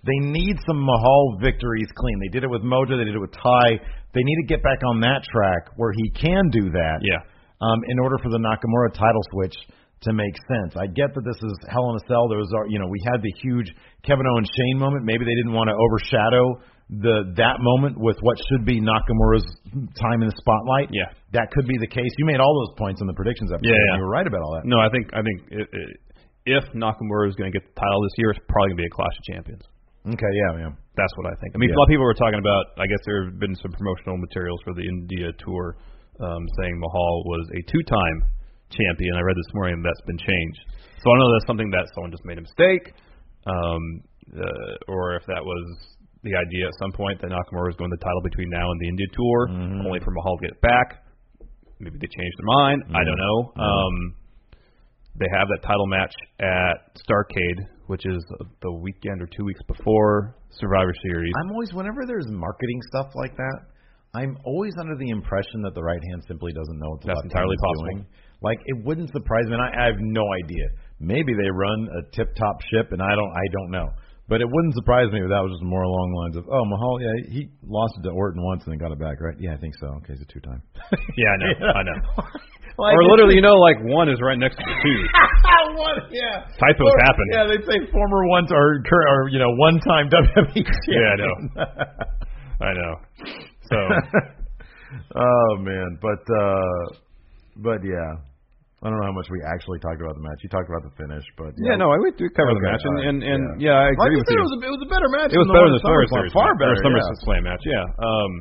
[SPEAKER 4] they need some Mahal victories clean. They did it with Mojo, they did it with Ty. They need to get back on that track where he can do that.
[SPEAKER 5] Yeah.
[SPEAKER 4] Um, in order for the Nakamura title switch to make sense, I get that this is Hell in a Cell. There was, our- you know, we had the huge Kevin Owens Shane moment. Maybe they didn't want to overshadow the that moment with what should be Nakamura's time in the spotlight.
[SPEAKER 5] Yeah.
[SPEAKER 4] that could be the case. You made all those points in the predictions episode.
[SPEAKER 5] Yeah,
[SPEAKER 4] and
[SPEAKER 5] yeah.
[SPEAKER 4] you were right about all that.
[SPEAKER 5] No, I think I think it, it, if Nakamura is going to get the title this year, it's probably going to be a Clash of Champions.
[SPEAKER 4] Okay, yeah, yeah.
[SPEAKER 5] That's what I think. I mean,
[SPEAKER 4] Yeah.
[SPEAKER 5] a lot of people were talking about. I guess there have been some promotional materials for the India tour um, saying Mahal was a two-time champion. I read this morning that's been changed. So I don't know if that's something that someone just made a mistake, um, uh, or if that was the idea at some point that Nakamura was going to the title between now and the India tour, only for Mahal to get it back. Maybe they changed their mind. I
[SPEAKER 4] Mm-hmm.
[SPEAKER 5] don't know. Um, they have that title match at Starcade, which is the weekend or two weeks before Survivor Series.
[SPEAKER 4] I'm always whenever there's marketing stuff like that, I'm always under the impression that the right hand simply doesn't know what the
[SPEAKER 5] That's
[SPEAKER 4] left hand
[SPEAKER 5] entirely
[SPEAKER 4] is
[SPEAKER 5] possible.
[SPEAKER 4] doing. Like it wouldn't surprise me. And I, I have no idea. Maybe they run a tip top ship, and I don't. I don't know. But it wouldn't surprise me if that was just more along the lines of, oh, Mahal, yeah, he lost it to Orton once and then got it back, right? Yeah, I think so. Okay, he's a two time.
[SPEAKER 5] yeah, I know. I know.
[SPEAKER 4] like,
[SPEAKER 5] or literally, you know, like one is right next to the two.
[SPEAKER 4] what? Yeah.
[SPEAKER 5] Typos
[SPEAKER 4] Or-
[SPEAKER 5] happen.
[SPEAKER 4] Yeah, they say former once or current or you know one time WWE.
[SPEAKER 5] Yeah, I
[SPEAKER 4] E champion.
[SPEAKER 5] know. I know. So
[SPEAKER 4] Oh man, but uh but yeah. I don't know how much we actually talked about the match. You talked about the finish, but
[SPEAKER 5] yeah, no, I we do cover the
[SPEAKER 4] Okay,
[SPEAKER 5] match,
[SPEAKER 4] all right,
[SPEAKER 5] and and, and
[SPEAKER 4] yeah.
[SPEAKER 5] yeah. I
[SPEAKER 4] Like
[SPEAKER 5] agree
[SPEAKER 4] you
[SPEAKER 5] with
[SPEAKER 4] said,
[SPEAKER 5] you.
[SPEAKER 4] it was a, it was a better match.
[SPEAKER 5] It was
[SPEAKER 4] than
[SPEAKER 5] better
[SPEAKER 4] one
[SPEAKER 5] than
[SPEAKER 4] at
[SPEAKER 5] the Summer
[SPEAKER 4] SummerSlam.
[SPEAKER 5] Series.
[SPEAKER 4] Far better.
[SPEAKER 5] Summer
[SPEAKER 4] yeah.
[SPEAKER 5] Slam match. Yeah. Um,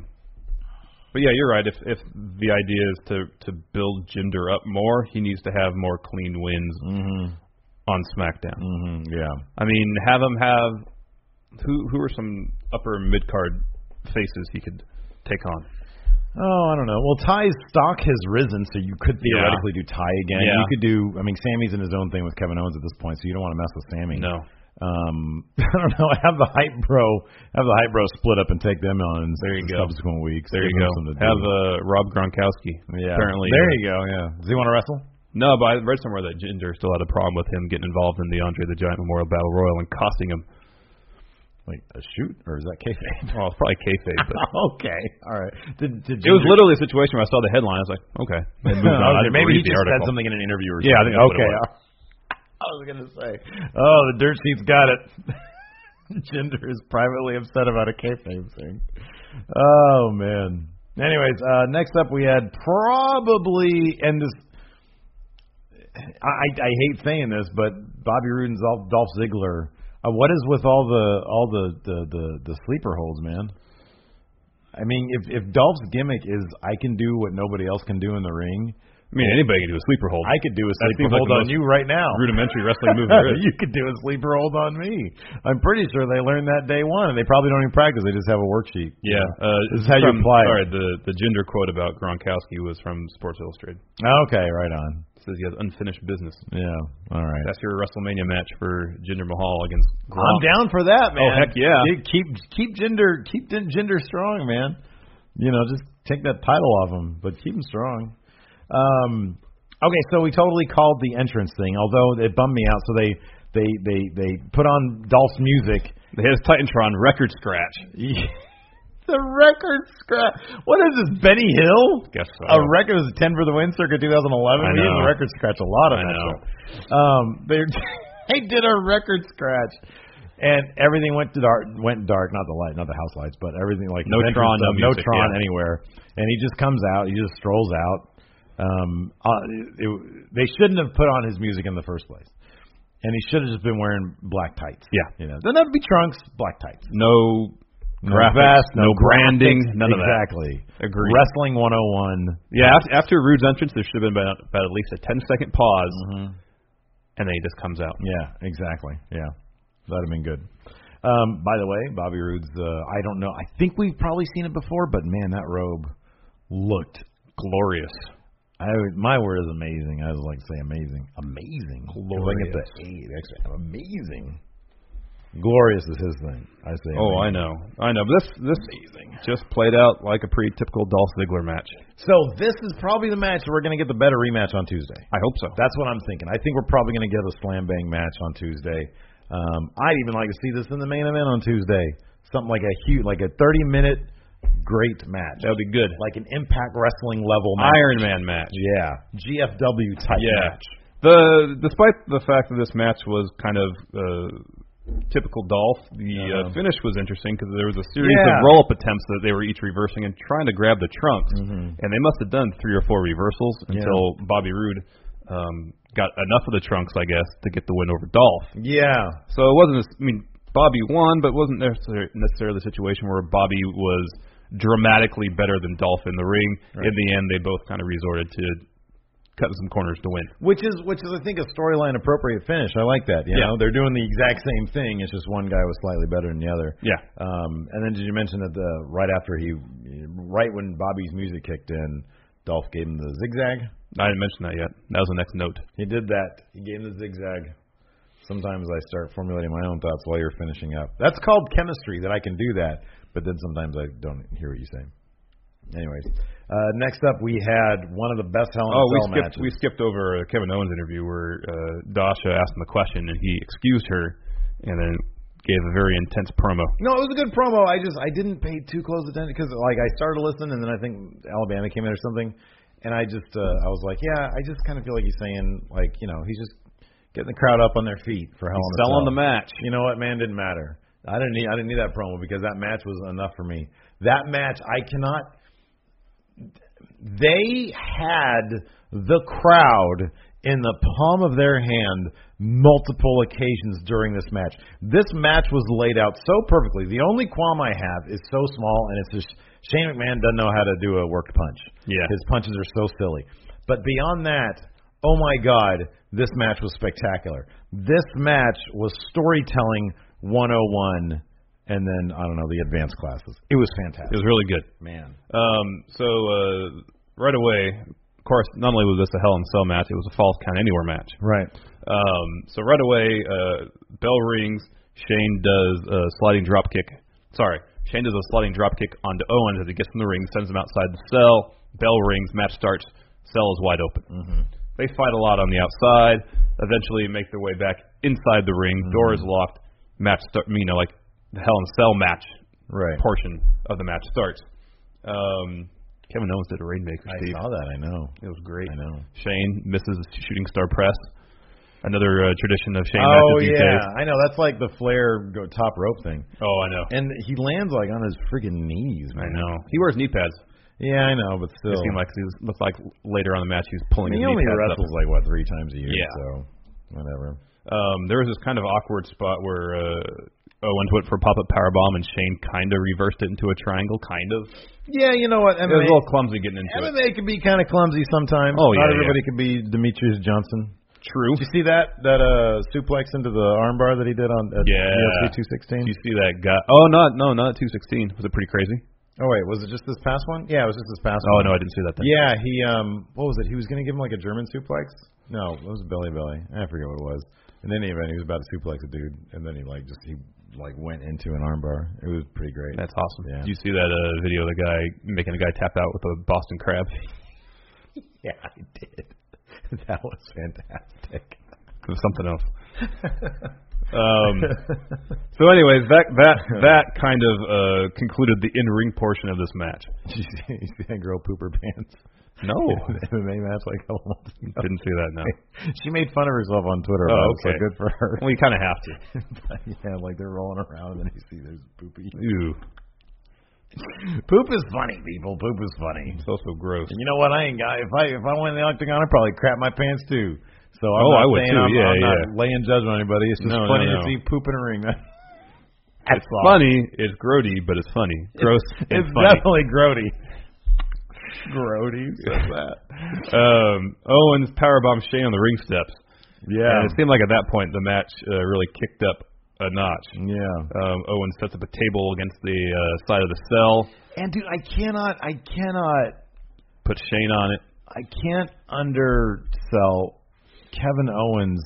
[SPEAKER 5] but yeah, you're right. If if the idea is to to build Jinder up more, he needs to have more clean wins
[SPEAKER 4] Mm-hmm.
[SPEAKER 5] on SmackDown.
[SPEAKER 4] Mhm, yeah.
[SPEAKER 5] I mean, have him have who who are some upper mid card faces he could take on?
[SPEAKER 4] Oh, I don't know. Well, Ty's stock has risen, so you could theoretically do Ty again.
[SPEAKER 5] Yeah.
[SPEAKER 4] You could do. I mean, Sammy's in his own thing with Kevin Owens at this point, so you don't want to mess with Sammy.
[SPEAKER 5] No.
[SPEAKER 4] Um, I don't know. Have the hype bro, have the hype bro split up and take them on in
[SPEAKER 5] There you
[SPEAKER 4] s-
[SPEAKER 5] go.
[SPEAKER 4] subsequent weeks.
[SPEAKER 5] There you
[SPEAKER 4] Give
[SPEAKER 5] go.
[SPEAKER 4] them something to
[SPEAKER 5] Have
[SPEAKER 4] do.
[SPEAKER 5] uh, Rob Gronkowski.
[SPEAKER 4] yeah.
[SPEAKER 5] Apparently. uh,
[SPEAKER 4] There you go. Yeah. Does he want to wrestle?
[SPEAKER 5] No, but I read somewhere that Jinder still had a problem with him getting involved in the Andre the Giant Memorial Battle Royal and costing him.
[SPEAKER 4] Like a shoot, or is that kayfabe?
[SPEAKER 5] Well, it's probably kayfabe, but
[SPEAKER 4] okay, all right. Did, did
[SPEAKER 5] it was literally a situation where I saw the headline. I was like, okay. And moved on. I
[SPEAKER 4] okay,
[SPEAKER 5] didn't
[SPEAKER 4] maybe he
[SPEAKER 5] read the
[SPEAKER 4] just said
[SPEAKER 5] article.
[SPEAKER 4] something in an interview or
[SPEAKER 5] Yeah, I
[SPEAKER 4] something.
[SPEAKER 5] think that's what it
[SPEAKER 4] okay.
[SPEAKER 5] was.
[SPEAKER 4] I was gonna say, oh, the dirt sheet's got it. Jinder is privately upset about a kayfabe thing. Oh man. Anyways, uh, next up we had probably and this. I I hate saying this, but Bobby Roode and Zol- Dolph Ziggler. Uh, what is with all the all the the the, the sleeper holds, man? I mean, if if Dolph's gimmick is I can do what nobody else can do in the ring,
[SPEAKER 5] I mean, anybody can do a sleeper hold.
[SPEAKER 4] I could do a
[SPEAKER 5] That
[SPEAKER 4] sleeper
[SPEAKER 5] seems like
[SPEAKER 4] hold
[SPEAKER 5] the
[SPEAKER 4] on
[SPEAKER 5] most
[SPEAKER 4] you right now.
[SPEAKER 5] rudimentary wrestling move there is.
[SPEAKER 4] you could do a sleeper hold on me. I'm pretty sure they learned that day one, and they probably don't even practice. They just have a worksheet.
[SPEAKER 5] Yeah, uh,
[SPEAKER 4] This is how you
[SPEAKER 5] from-
[SPEAKER 4] apply it.
[SPEAKER 5] Sorry, the the gender quote about Gronkowski was from Sports Illustrated.
[SPEAKER 4] Okay, right on.
[SPEAKER 5] It says he has unfinished business.
[SPEAKER 4] Yeah, all right.
[SPEAKER 5] That's your WrestleMania match for Jinder Mahal against Gronk.
[SPEAKER 4] I'm down for that, man.
[SPEAKER 5] Oh, heck yeah.
[SPEAKER 4] Dude, keep keep gender keep gen- gender strong, man. You know, just take that title off him, but keep him strong. Um, okay, so we totally called the entrance thing, although it bummed me out. So they they they they put on Dolph's music.
[SPEAKER 5] They had his Titantron record scratch.
[SPEAKER 4] the record scratch. What is this, Benny Hill?
[SPEAKER 5] Guess so.
[SPEAKER 4] A record was ten for the win circuit 2011.
[SPEAKER 5] I
[SPEAKER 4] We did
[SPEAKER 5] know.
[SPEAKER 4] the record scratch a lot of
[SPEAKER 5] I
[SPEAKER 4] that
[SPEAKER 5] know.
[SPEAKER 4] show. Um, they they did a record scratch, and everything went to dark. Went dark, not the light, not the house lights, but everything like
[SPEAKER 5] No
[SPEAKER 4] the entrance
[SPEAKER 5] Tron, no
[SPEAKER 4] stuff, no
[SPEAKER 5] music,
[SPEAKER 4] Tron
[SPEAKER 5] yeah.
[SPEAKER 4] anywhere. And he just comes out. He just strolls out. Um, uh, it, it, they shouldn't have put on his music in the first place. And he should have just been wearing black tights.
[SPEAKER 5] Yeah.
[SPEAKER 4] you know, then that'd be trunks, black tights.
[SPEAKER 5] No
[SPEAKER 4] No
[SPEAKER 5] graphics,
[SPEAKER 4] vest,
[SPEAKER 5] no, branding, none of that.
[SPEAKER 4] exactly.
[SPEAKER 5] Agreed.
[SPEAKER 4] Wrestling 101.
[SPEAKER 5] Yeah, after, after Rude's entrance, there should have been about, about at least a 10 second pause,
[SPEAKER 4] Mm-hmm.
[SPEAKER 5] and then he just comes out.
[SPEAKER 4] Yeah, exactly. Yeah, that'd have been good. Um, by the way, Bobby Roode's. Uh, I don't know. I think we've probably seen it before, but man, that robe looked.
[SPEAKER 5] Glorious.
[SPEAKER 4] I my word is amazing. I was like to say amazing, amazing. Glorious. Like the eight, extra, amazing. Glorious is his thing. I say.
[SPEAKER 5] Oh,
[SPEAKER 4] amazing.
[SPEAKER 5] I know, I know. But this this just played out like a pretty typical Dolph Ziggler match.
[SPEAKER 4] So this is probably the match we're gonna get the better rematch on Tuesday.
[SPEAKER 5] I hope so.
[SPEAKER 4] That's what I'm thinking. I think we're probably going to get a slam bang match on Tuesday. Um, I'd even like to see this in the main event on Tuesday. Something like a huge, like a 30 minute great match,
[SPEAKER 5] That would be good.
[SPEAKER 4] like an Impact Wrestling level match.
[SPEAKER 5] Iron Man match.
[SPEAKER 4] Yeah, GFW type
[SPEAKER 5] Yeah.
[SPEAKER 4] match.
[SPEAKER 5] The despite the fact that this match was kind of uh, typical Dolph, the
[SPEAKER 4] Yeah.
[SPEAKER 5] uh, finish was interesting because there was a series
[SPEAKER 4] Yeah.
[SPEAKER 5] of roll up attempts that they were each reversing and trying to grab the trunks, and they must have done three or four reversals until Bobby Roode um, got enough of the trunks, I guess, to get the win over Dolph.
[SPEAKER 4] Yeah,
[SPEAKER 5] So it wasn't. as- I mean, Bobby won, but it wasn't necessar- necessarily the situation where Bobby was dramatically better than Dolph in the ring. In the end, they both kind of resorted to cutting some corners to win.
[SPEAKER 4] which is which is I think a storyline appropriate finish. I like that. You
[SPEAKER 5] Yeah.
[SPEAKER 4] know, they're doing the exact same thing. It's just one guy was slightly better than the other.
[SPEAKER 5] Yeah.
[SPEAKER 4] Um, and then did you mention that the right after he, right when Bobby's music kicked in, Dolph gave him the zigzag.
[SPEAKER 5] I didn't mention that yet. That was the next note.
[SPEAKER 4] He did that. He gave him the zigzag. Sometimes I start formulating my own thoughts while you're finishing up. That's called chemistry that I can do that, but then sometimes I don't hear what you say. Anyways, uh, next up we had one of the best Hell in a
[SPEAKER 5] Oh, we
[SPEAKER 4] Cell
[SPEAKER 5] skipped we
[SPEAKER 4] matches.
[SPEAKER 5] skipped over uh, Kevin Owens' interview where uh, Dasha asked him a question and he excused her, and then gave a very intense promo.
[SPEAKER 4] No, it was a good promo. I just I didn't pay too close attention because like I started listening and then I think Alabama came in or something, and I just uh, I was like, yeah, I just kind of feel like he's saying like you know he's just getting the crowd up on their feet for Hell in a Cell.
[SPEAKER 5] Selling the match.
[SPEAKER 4] You know what, man? Didn't matter. I didn't need I didn't need that promo because that match was enough for me. That match I cannot. They had the crowd in the palm of their hand multiple occasions during this match. This match was laid out so perfectly. The only qualm I have is so small, and it's just Shane McMahon doesn't know how to do a worked punch.
[SPEAKER 5] Yeah.
[SPEAKER 4] his punches are so silly. But beyond that, oh my God, this match was spectacular. This match was storytelling 101, and then, I don't know, the advanced classes. It was fantastic.
[SPEAKER 5] It was really good.
[SPEAKER 4] Man.
[SPEAKER 5] Um, so uh, right away, of course, not only was this a Hell in a Cell match, it was a False Count Anywhere match.
[SPEAKER 4] Right.
[SPEAKER 5] Um, so right away, uh, bell rings. Shane does a sliding drop kick. Sorry, Shane does a sliding drop kick onto Owens as he gets in the ring, sends him outside the cell. Bell rings. Match starts. Cell is wide open. Mm-hmm. They fight a lot on the outside. Eventually, make their way back inside the ring. Door is locked. Match start. You know, like the Hell in a Cell match
[SPEAKER 4] Right.
[SPEAKER 5] portion of the match starts. Um, Kevin Owens did a rainmaker.
[SPEAKER 4] I
[SPEAKER 5] Steve.
[SPEAKER 4] saw that. I know.
[SPEAKER 5] It was great.
[SPEAKER 4] I know.
[SPEAKER 5] Shane misses the shooting star press. Another uh, tradition of Shane
[SPEAKER 4] oh
[SPEAKER 5] matches these
[SPEAKER 4] yeah,
[SPEAKER 5] days.
[SPEAKER 4] I know. That's like the Flair go top rope thing,
[SPEAKER 5] Oh, I know.
[SPEAKER 4] and he lands like on his freaking knees. Man.
[SPEAKER 5] I know. He wears knee pads.
[SPEAKER 4] Yeah, I know, but still.
[SPEAKER 5] It seemed like he was, looked like later on in the match he was pulling
[SPEAKER 4] he
[SPEAKER 5] his knee
[SPEAKER 4] only
[SPEAKER 5] pads
[SPEAKER 4] wrestles
[SPEAKER 5] up.
[SPEAKER 4] like what three times a year,
[SPEAKER 5] Yeah.
[SPEAKER 4] so whatever.
[SPEAKER 5] Um, there was this kind of awkward spot where uh, Owens went for a pop up power bomb and Shane kind of reversed it into a triangle, kind of.
[SPEAKER 4] Yeah, you know what?
[SPEAKER 5] It was a little clumsy getting into it.
[SPEAKER 4] MMA can be kind of clumsy sometimes. Not
[SPEAKER 5] Oh, yeah,
[SPEAKER 4] everybody could be Demetrius Johnson.
[SPEAKER 5] True.
[SPEAKER 4] Did you see that that uh suplex into the armbar that he did on at
[SPEAKER 5] Yeah.
[SPEAKER 4] UFC 216?
[SPEAKER 5] Did you see that guy? Oh, not no, not 216. Was it pretty crazy?
[SPEAKER 4] Oh wait, was it just this past one? Yeah, it was just this past
[SPEAKER 5] Oh
[SPEAKER 4] one.
[SPEAKER 5] no, I didn't see that. Then.
[SPEAKER 4] Yeah, he um what was it? He was gonna give him like a German suplex? No, it was belly belly. I forget what it was. In any event, he was about to suplex a dude, and then he like just he like went into an armbar. It was pretty great.
[SPEAKER 5] That's awesome.
[SPEAKER 4] Yeah.
[SPEAKER 5] Did you see that uh, video of the guy making a guy tap out with a Boston crab?
[SPEAKER 4] yeah, I did. that was fantastic.
[SPEAKER 5] It was something else. um, so, anyways, that that that kind of uh, concluded the in ring portion of this match.
[SPEAKER 4] Did you see, you see that girl pooper pants?
[SPEAKER 5] No,
[SPEAKER 4] Oh. MMA match like a couple months ago.
[SPEAKER 5] didn't see that. No,
[SPEAKER 4] She made fun of herself on Twitter.
[SPEAKER 5] Oh,
[SPEAKER 4] about it,
[SPEAKER 5] okay.
[SPEAKER 4] So good for her.
[SPEAKER 5] we kind of have to.
[SPEAKER 4] But, yeah, like they're rolling around and then you see there's poopy.
[SPEAKER 5] Ew,
[SPEAKER 4] Poop is funny, people. Poop is funny.
[SPEAKER 5] it's also gross.
[SPEAKER 4] And you know what? I ain't got. If I if I went in the octagon, I'd probably crap my pants too. So I'm
[SPEAKER 5] Oh,
[SPEAKER 4] not
[SPEAKER 5] I would
[SPEAKER 4] saying
[SPEAKER 5] too.
[SPEAKER 4] I'm,
[SPEAKER 5] Yeah,
[SPEAKER 4] I'm
[SPEAKER 5] yeah.
[SPEAKER 4] not laying judgment on anybody. It's just
[SPEAKER 5] No, no,
[SPEAKER 4] funny
[SPEAKER 5] no.
[SPEAKER 4] to see poop in a ring.
[SPEAKER 5] It's funny. It's grody, but it's funny. Gross. and
[SPEAKER 4] it's
[SPEAKER 5] funny.
[SPEAKER 4] definitely grody. grody.
[SPEAKER 5] um, Owens powerbombs Shane on the ring steps.
[SPEAKER 4] Yeah.
[SPEAKER 5] And it seemed like at that point the match uh, really kicked up a notch.
[SPEAKER 4] Yeah.
[SPEAKER 5] Um, Owens sets up a table against the uh, side of the cell,
[SPEAKER 4] And dude, I cannot. I cannot.
[SPEAKER 5] puts Shane on it.
[SPEAKER 4] I can't undersell Kevin Owens'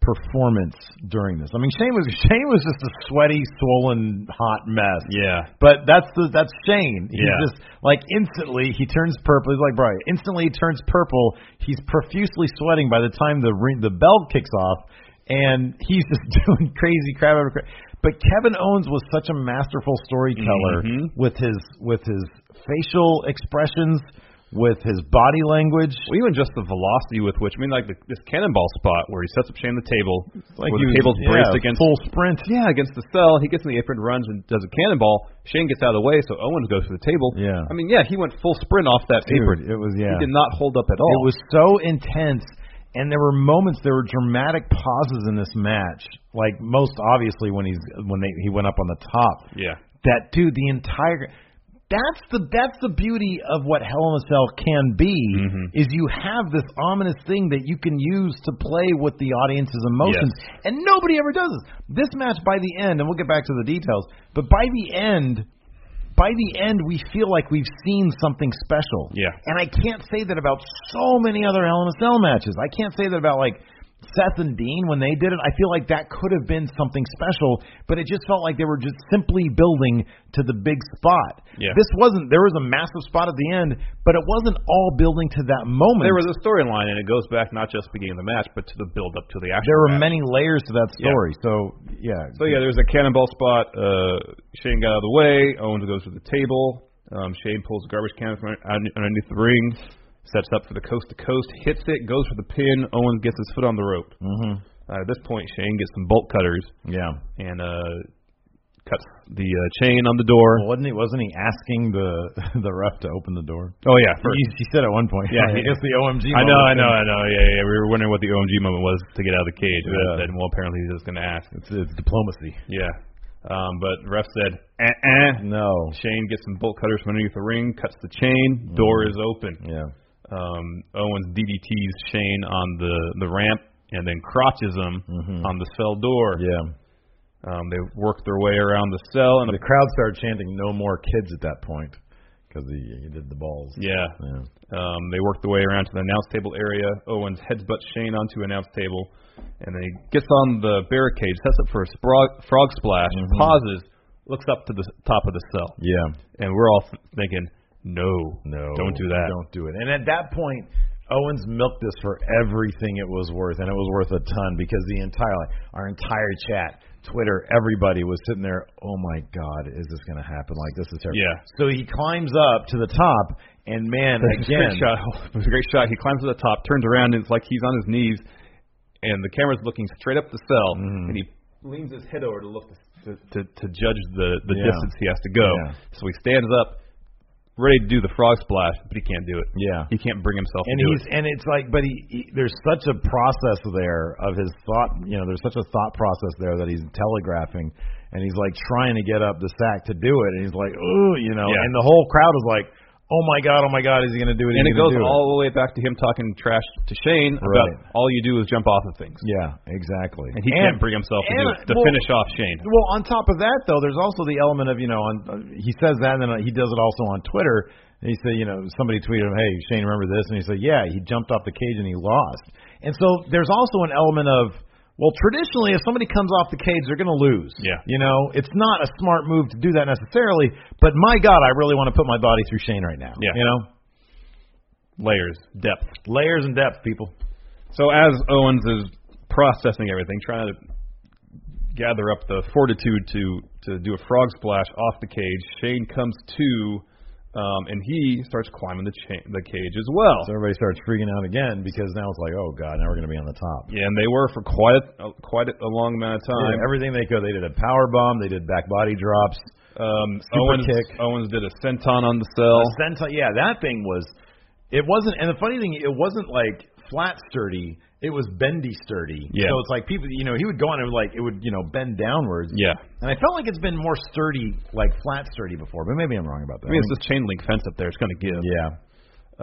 [SPEAKER 4] performance during this. I mean, Shane was Shane was just a sweaty, swollen, hot mess.
[SPEAKER 5] Yeah.
[SPEAKER 4] But that's the that's Shane. He's
[SPEAKER 5] Yeah.
[SPEAKER 4] just like instantly he turns purple. He's like Brian. Instantly he turns purple. He's profusely sweating by the time the ring, the bell kicks off, and he's just doing crazy crap. Over crap. But Kevin Owens was such a masterful storyteller
[SPEAKER 5] Mhm.
[SPEAKER 4] with his with his facial expressions, with his body language.
[SPEAKER 5] Well, even just the velocity with which, I mean, like the, this cannonball spot where he sets up Shane on the table,
[SPEAKER 4] Like
[SPEAKER 5] where
[SPEAKER 4] he was-
[SPEAKER 5] the table's
[SPEAKER 4] yeah,
[SPEAKER 5] braced against
[SPEAKER 4] full sprint.
[SPEAKER 5] yeah against the cell. He gets in the apron, runs, and does a cannonball. Shane gets out of the way, so Owens goes for the table.
[SPEAKER 4] Yeah.
[SPEAKER 5] I mean, yeah, he went full sprint off that
[SPEAKER 4] Dude,
[SPEAKER 5] apron.
[SPEAKER 4] it was yeah.
[SPEAKER 5] He did not hold up at all.
[SPEAKER 4] It was so intense, and there were moments, there were dramatic pauses in this match. Like most obviously when he's when they he went up on the top.
[SPEAKER 5] yeah.
[SPEAKER 4] That dude, the entire that's the that's the beauty of what Hell in a Cell can be
[SPEAKER 5] Mm-hmm.
[SPEAKER 4] is you have this ominous thing that you can use to play with the audience's emotions, and nobody ever does this. This match by the end, and we'll get back to the details, but by the end, by the end, we feel like we've seen something special.
[SPEAKER 5] Yeah.
[SPEAKER 4] And I can't say that about so many other Hell in a Cell matches. I can't say that about like Seth and Dean when they did it. I feel like that could have been something special, but it just felt like they were just simply building to the big spot.
[SPEAKER 5] Yeah.
[SPEAKER 4] This wasn't. There was a massive spot at the end, but it wasn't all building to that moment.
[SPEAKER 5] There was a storyline, and it goes back not just beginning of the match, but to the build up to the actual.
[SPEAKER 4] there were
[SPEAKER 5] match.
[SPEAKER 4] many layers to that
[SPEAKER 5] Yeah.
[SPEAKER 4] story. So yeah.
[SPEAKER 5] So yeah, there's a cannonball spot. Uh, Shane got out of the way. Owens goes to the table. Um, Shane pulls a garbage can from un- underneath the ring, sets up for the coast to coast, hits it, goes for the pin. Owens gets his foot on the rope.
[SPEAKER 4] Mhm.
[SPEAKER 5] Uh, at this point, Shane gets some bolt cutters
[SPEAKER 4] Yeah.
[SPEAKER 5] and uh, cuts the uh, chain on the door.
[SPEAKER 4] Wasn't he? Wasn't he asking the the ref to open the door?
[SPEAKER 5] Oh yeah, first.
[SPEAKER 4] He, he said at one point.
[SPEAKER 5] Yeah,
[SPEAKER 4] I
[SPEAKER 5] he-
[SPEAKER 4] guess the OMG.
[SPEAKER 5] I know,
[SPEAKER 4] moment.
[SPEAKER 5] I know, I know. Yeah, yeah. We were wondering what the OMG moment was to get out of the cage.
[SPEAKER 4] Yeah.
[SPEAKER 5] But then, well, apparently he's just going to ask.
[SPEAKER 4] It's, it's diplomacy.
[SPEAKER 5] Yeah. Um, but ref said, uh-uh.
[SPEAKER 4] No.
[SPEAKER 5] Shane gets some bolt cutters from underneath the ring, cuts the chain, door is open.
[SPEAKER 4] Yeah.
[SPEAKER 5] Um, Owens DDTs Shane on the, the ramp and then crotches him on the cell door.
[SPEAKER 4] Mm-hmm. Yeah.
[SPEAKER 5] Um, they work their way around the cell and
[SPEAKER 4] The crowd started chanting "No more kids" at that point because he, he did the balls.
[SPEAKER 5] yeah,
[SPEAKER 4] Yeah.
[SPEAKER 5] um, they work their way around to the announce table area. Owens headbutts Shane onto announce table, and then he gets on the barricade, sets up for a sprog, frog splash,
[SPEAKER 4] Mm-hmm.
[SPEAKER 5] pauses, looks up to the top of the cell,
[SPEAKER 4] Yeah.
[SPEAKER 5] and we're all thinking, no,
[SPEAKER 4] No.
[SPEAKER 5] don't do that.
[SPEAKER 4] Don't do it. And at that point, Owens milked this for everything it was worth, and it was worth a ton because the entire like, our entire chat, Twitter, everybody was sitting there. Oh my God, is this going to happen? Like this is terrible.
[SPEAKER 5] Yeah.
[SPEAKER 4] So he climbs up to the top, and man,
[SPEAKER 5] It was a
[SPEAKER 4] again,
[SPEAKER 5] great shot. It was a great shot. He climbs to the top, turns around, and it's like he's on his knees, and the camera's looking straight up the cell,
[SPEAKER 4] Mm.
[SPEAKER 5] and he leans his head over to look to to, to judge the the
[SPEAKER 4] Yeah.
[SPEAKER 5] distance he has to go.
[SPEAKER 4] Yeah.
[SPEAKER 5] So he stands up, ready to do the frog splash, but he can't do it.
[SPEAKER 4] Yeah.
[SPEAKER 5] he can't bring himself.
[SPEAKER 4] and
[SPEAKER 5] to do
[SPEAKER 4] he's
[SPEAKER 5] it.
[SPEAKER 4] and it's like but he, he there's such a process there of his thought you know there's such a thought process there that he's telegraphing and he's like trying to get up the sack to do it and he's like ooh you know
[SPEAKER 5] Yeah.
[SPEAKER 4] and the whole crowd is like oh my god oh my god is he gonna do it
[SPEAKER 5] and
[SPEAKER 4] Is he
[SPEAKER 5] it
[SPEAKER 4] gonna do
[SPEAKER 5] goes all the way back to him talking trash to Shane
[SPEAKER 4] Right.
[SPEAKER 5] about all you do is jump off of things.
[SPEAKER 4] yeah exactly
[SPEAKER 5] And he can't bring himself to,
[SPEAKER 4] and,
[SPEAKER 5] do it, to
[SPEAKER 4] well,
[SPEAKER 5] finish off Shane.
[SPEAKER 4] Well, on top of that, though, there's also the element of you know, on uh, he says that, and then he does it also on Twitter. And he said, you know, somebody tweeted him, "Hey, Shane, remember this?" And he said, "Yeah, he jumped off the cage and he lost." And so there's also an element of, well, traditionally, if somebody comes off the cage, they're going to lose.
[SPEAKER 5] Yeah.
[SPEAKER 4] you know, it's not a smart move to do that necessarily. But my God, I really want to put my body through Shane right now.
[SPEAKER 5] Yeah.
[SPEAKER 4] you know,
[SPEAKER 5] Layers, depth.
[SPEAKER 4] layers and depth, people.
[SPEAKER 5] So as Owens is processing everything, trying to gather up the fortitude to to do a frog splash off the cage, Shane comes to, um, and he starts climbing the cha- the cage as well.
[SPEAKER 4] So everybody starts freaking out again because now it's like, oh God, now we're going to be on the top.
[SPEAKER 5] yeah, and they were for quite a, quite a long amount of time.
[SPEAKER 4] Yeah, everything they could, they did a power bomb, they did back body drops.
[SPEAKER 5] um,
[SPEAKER 4] Super
[SPEAKER 5] Owens
[SPEAKER 4] kick.
[SPEAKER 5] Owens did a senton on the cell.
[SPEAKER 4] A senton- yeah, that thing was. It wasn't, and the funny thing, it wasn't like flat sturdy. It was bendy sturdy.
[SPEAKER 5] Yeah.
[SPEAKER 4] So it's like people, you know, he would go on and like it would, you know, bend downwards.
[SPEAKER 5] Yeah,
[SPEAKER 4] And I felt like it's been more sturdy, like flat sturdy before, but maybe I'm wrong about that.
[SPEAKER 5] I mean it's this chain link fence up there. It's gonna give.
[SPEAKER 4] yeah.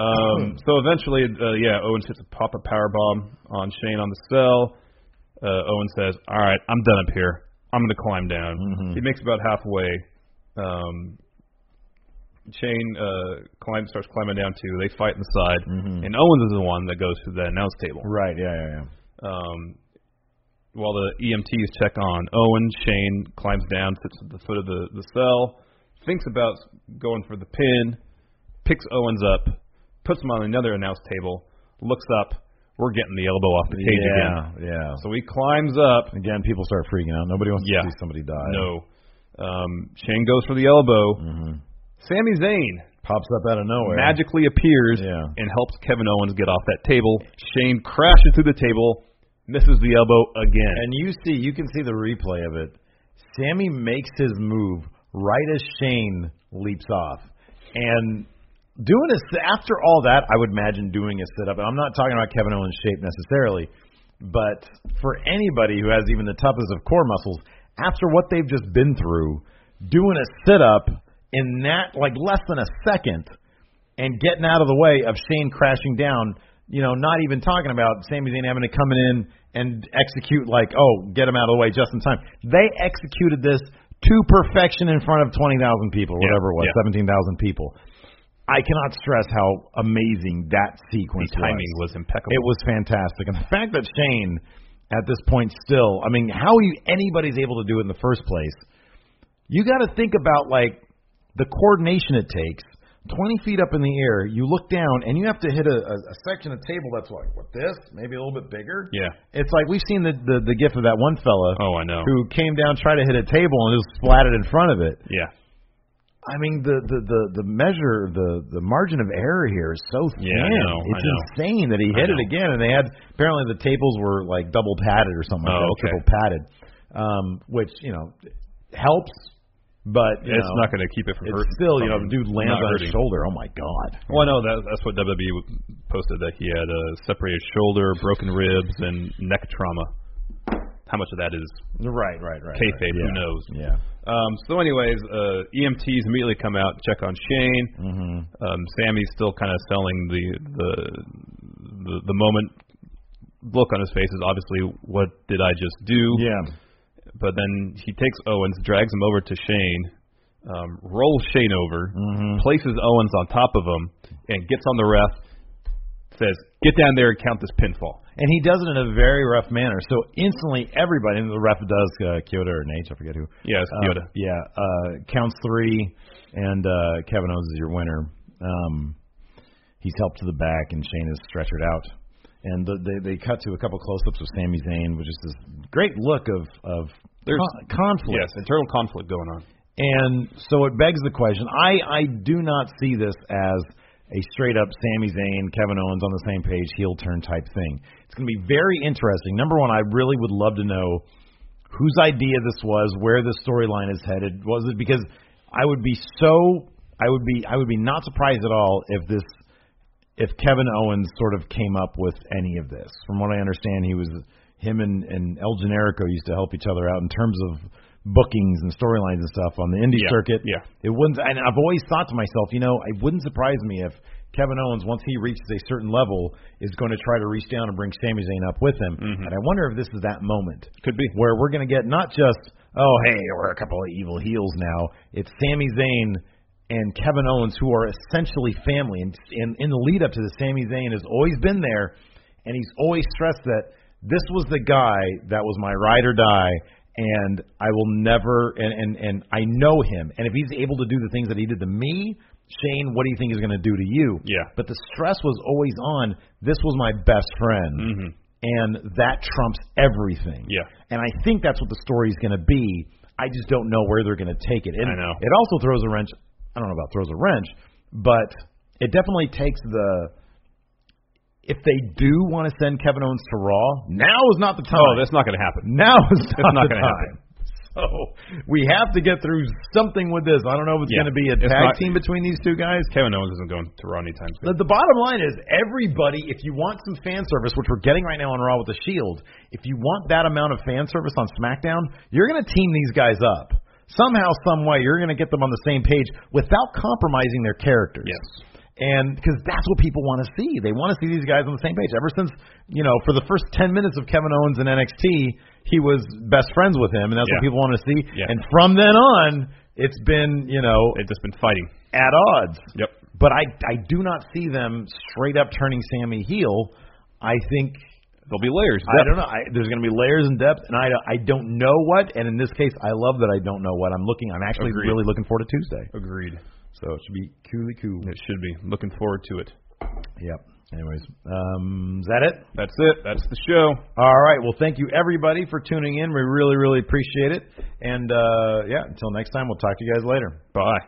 [SPEAKER 5] Um, so eventually, uh, yeah, Owens hits a pop up power bomb on Shane on the cell. Uh, Owens says, "All right, I'm done up here. I'm gonna climb down." He makes about halfway. Um, Shane uh, climbs, starts climbing down too. They fight in the side, and Owens is the one that goes to the announce table.
[SPEAKER 4] Right. Yeah. Yeah. Yeah.
[SPEAKER 5] Um, while the EMTs check on Owen, Shane climbs down, sits at the foot of the, the cell, thinks about going for the pin, picks Owens up, puts him on another announce table, looks up, we're getting the elbow off the cage again.
[SPEAKER 4] yeah. Yeah.
[SPEAKER 5] So he climbs up.
[SPEAKER 4] Again, people start freaking out. Nobody wants
[SPEAKER 5] Yeah.
[SPEAKER 4] to see somebody die.
[SPEAKER 5] No. Um, Shane goes for the elbow.
[SPEAKER 4] Mm-hmm.
[SPEAKER 5] Sami Zayn
[SPEAKER 4] Pops up out of nowhere.
[SPEAKER 5] magically appears
[SPEAKER 4] Yeah.
[SPEAKER 5] and helps Kevin Owens get off that table. Shane crashes through the table, misses the elbow again.
[SPEAKER 4] And you see, you can see the replay of it. Sammy makes his move right as Shane leaps off, and doing a after all that, I would imagine doing a sit up. And I'm not talking about Kevin Owens' shape necessarily, but for anybody who has even the toughest of core muscles, after what they've just been through, doing a sit up in that like less than a second and getting out of the way of Shane crashing down. You know, not even talking about Sami Zayn having to come in and execute like, oh, get him out of the way just in time. They executed this to perfection in front of 20,000 people, whatever it was,
[SPEAKER 5] yeah.
[SPEAKER 4] 17,000 people. I cannot stress how amazing that sequence
[SPEAKER 5] the timing was impeccable.
[SPEAKER 4] It was fantastic, and the fact that Shane, at this point, still, I mean, how you anybody's able to do it in the first place? You got to think about like the coordination it takes. Twenty feet up in the air, you look down, and you have to hit a, a, a section of table that's like what this, maybe a little bit bigger.
[SPEAKER 5] Yeah.
[SPEAKER 4] it's like we've seen the the, the gif of that one fella
[SPEAKER 5] Oh, I know.
[SPEAKER 4] who came down, tried to hit a table, and just splatted in front of it.
[SPEAKER 5] Yeah.
[SPEAKER 4] I mean, the the the, the measure, the the margin of error here is so thin.
[SPEAKER 5] Yeah, I know, I
[SPEAKER 4] it's
[SPEAKER 5] know.
[SPEAKER 4] insane that he hit
[SPEAKER 5] I
[SPEAKER 4] it
[SPEAKER 5] know.
[SPEAKER 4] again, and they had apparently the tables were like double padded or something like
[SPEAKER 5] Oh,
[SPEAKER 4] that,
[SPEAKER 5] okay.
[SPEAKER 4] triple padded, um, which you know helps, but you
[SPEAKER 5] it's
[SPEAKER 4] know,
[SPEAKER 5] not going to keep it from
[SPEAKER 4] It's
[SPEAKER 5] hurting.
[SPEAKER 4] still, you know,
[SPEAKER 5] from
[SPEAKER 4] the dude lands on
[SPEAKER 5] not
[SPEAKER 4] his
[SPEAKER 5] hurting.
[SPEAKER 4] shoulder. Oh my god!
[SPEAKER 5] Well, no, that, that's what WWE posted that he had a separated shoulder, broken ribs, and neck trauma. How much of that is
[SPEAKER 4] Right, right, right.
[SPEAKER 5] kayfabe?
[SPEAKER 4] right.
[SPEAKER 5] Who knows?
[SPEAKER 4] Yeah.
[SPEAKER 5] Um, so, anyways, uh, EMTs immediately come out, check on Shane. Mm-hmm. Um, Sammy's still kind of selling the, the the the moment. Look on his face is obviously what did I just do?
[SPEAKER 4] yeah, yeah.
[SPEAKER 5] But then he takes Owens, drags him over to Shane, um, rolls Shane over,
[SPEAKER 4] Mm-hmm.
[SPEAKER 5] places Owens on top of him, and gets on the ref, says, Get down there and count this pinfall.
[SPEAKER 4] And he does it in a very rough manner. So instantly, everybody, and the ref does uh, Kyoto or Nate, I forget who.
[SPEAKER 5] Yeah, it's
[SPEAKER 4] Uh,
[SPEAKER 5] Kyoto.
[SPEAKER 4] yeah, uh, counts three, and uh, Kevin Owens is your winner. Um, he's helped to the back, and Shane is stretchered out. And the, they they cut to a couple close-ups of Sami Zayn, which is this great look of of
[SPEAKER 5] There's-
[SPEAKER 4] con- conflict.
[SPEAKER 5] Yes, internal conflict going on.
[SPEAKER 4] And so it begs the question. I I do not see this as a straight up Sami Zayn, Kevin Owens on the same page, heel turn type thing. It's going to be very interesting. Number one, I really would love to know whose idea this was, where the storyline is headed. Was it because I would be so I would be I would be not surprised at all if this if Kevin Owens sort of came up with any of this. From what I understand, he was him and, and El Generico used to help each other out in terms of bookings and storylines and stuff on the indie
[SPEAKER 5] Yeah,
[SPEAKER 4] circuit.
[SPEAKER 5] yeah.
[SPEAKER 4] It wouldn't and I've always thought to myself, you know, it wouldn't surprise me if Kevin Owens, once he reaches a certain level, is going to try to reach down and bring Sami Zayn up with him. And I wonder if this is that moment.
[SPEAKER 5] Mm-hmm. Could be.
[SPEAKER 4] Where we're going to get not just, oh, hey, we're a couple of evil heels now. It's Sami Zayn and Kevin Owens who are essentially family. And in, in the lead up to this, Sami Zayn has always been there, and he's always stressed that this was the guy that was my ride or die. And I will never, and, and and I know him. And if he's able to do the things that he did to me, Shane, what do you think he's going to do to you?
[SPEAKER 5] Yeah.
[SPEAKER 4] But the stress was always on. This was my best friend, and that trumps everything.
[SPEAKER 5] Mm-hmm. Yeah.
[SPEAKER 4] And I think that's what the story's going to be. I just don't know where they're going to take it. And
[SPEAKER 5] I know.
[SPEAKER 4] It also throws a wrench. I don't know about throws a wrench, but it definitely takes the. If they do want to send Kevin Owens to Raw, now is not the time.
[SPEAKER 5] Oh, that's not going to happen.
[SPEAKER 4] Now is not,
[SPEAKER 5] not
[SPEAKER 4] the
[SPEAKER 5] gonna
[SPEAKER 4] time.
[SPEAKER 5] happen.
[SPEAKER 4] So we have to get through something with this. I don't know if it's
[SPEAKER 5] Yeah.
[SPEAKER 4] going to be a
[SPEAKER 5] It's
[SPEAKER 4] tag
[SPEAKER 5] not-
[SPEAKER 4] team between these two guys.
[SPEAKER 5] Kevin Owens isn't going to Raw anytime soon.
[SPEAKER 4] The, the bottom line is everybody, if you want some fan service, which we're getting right now on Raw with the Shield, if you want that amount of fan service on SmackDown, you're going to team these guys up. Somehow, some way, you're going to get them on the same page without compromising their characters.
[SPEAKER 5] Yes.
[SPEAKER 4] And because that's what people want to see. They want to see these guys on the same page. Ever since, you know, for the first 10 minutes of Kevin Owens in NXT, he was best friends with him, and that's what
[SPEAKER 5] Yeah.
[SPEAKER 4] people want to see.
[SPEAKER 5] Yeah.
[SPEAKER 4] And from then on, it's been, you know,
[SPEAKER 5] They've just been fighting.
[SPEAKER 4] at odds.
[SPEAKER 5] Yep.
[SPEAKER 4] But I I do not see them straight up turning Sammy heel. I think
[SPEAKER 5] There'll be layers.
[SPEAKER 4] I don't know. I, there's going to be layers and depth, and I don't- I don't know what. And in this case, I love that I don't know what. I'm looking. I'm actually
[SPEAKER 5] Agreed.
[SPEAKER 4] really looking forward to Tuesday.
[SPEAKER 5] Agreed.
[SPEAKER 4] So it should be cooly cool.
[SPEAKER 5] It should be. Looking forward to it.
[SPEAKER 4] Yep. Anyways, um, is that it?
[SPEAKER 5] That's it. That's the show.
[SPEAKER 4] All right. Well, thank you everybody for tuning in. We really really appreciate it. And uh, yeah, until next time, we'll talk to you guys later.
[SPEAKER 5] Bye.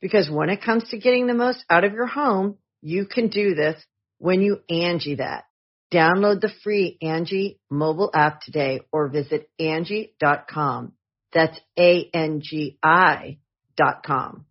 [SPEAKER 6] Because when it comes to getting the most out of your home, you can do this when you Angie that. Download the free Angie mobile app today or visit Angie.com. That's A-N-G-I dot com.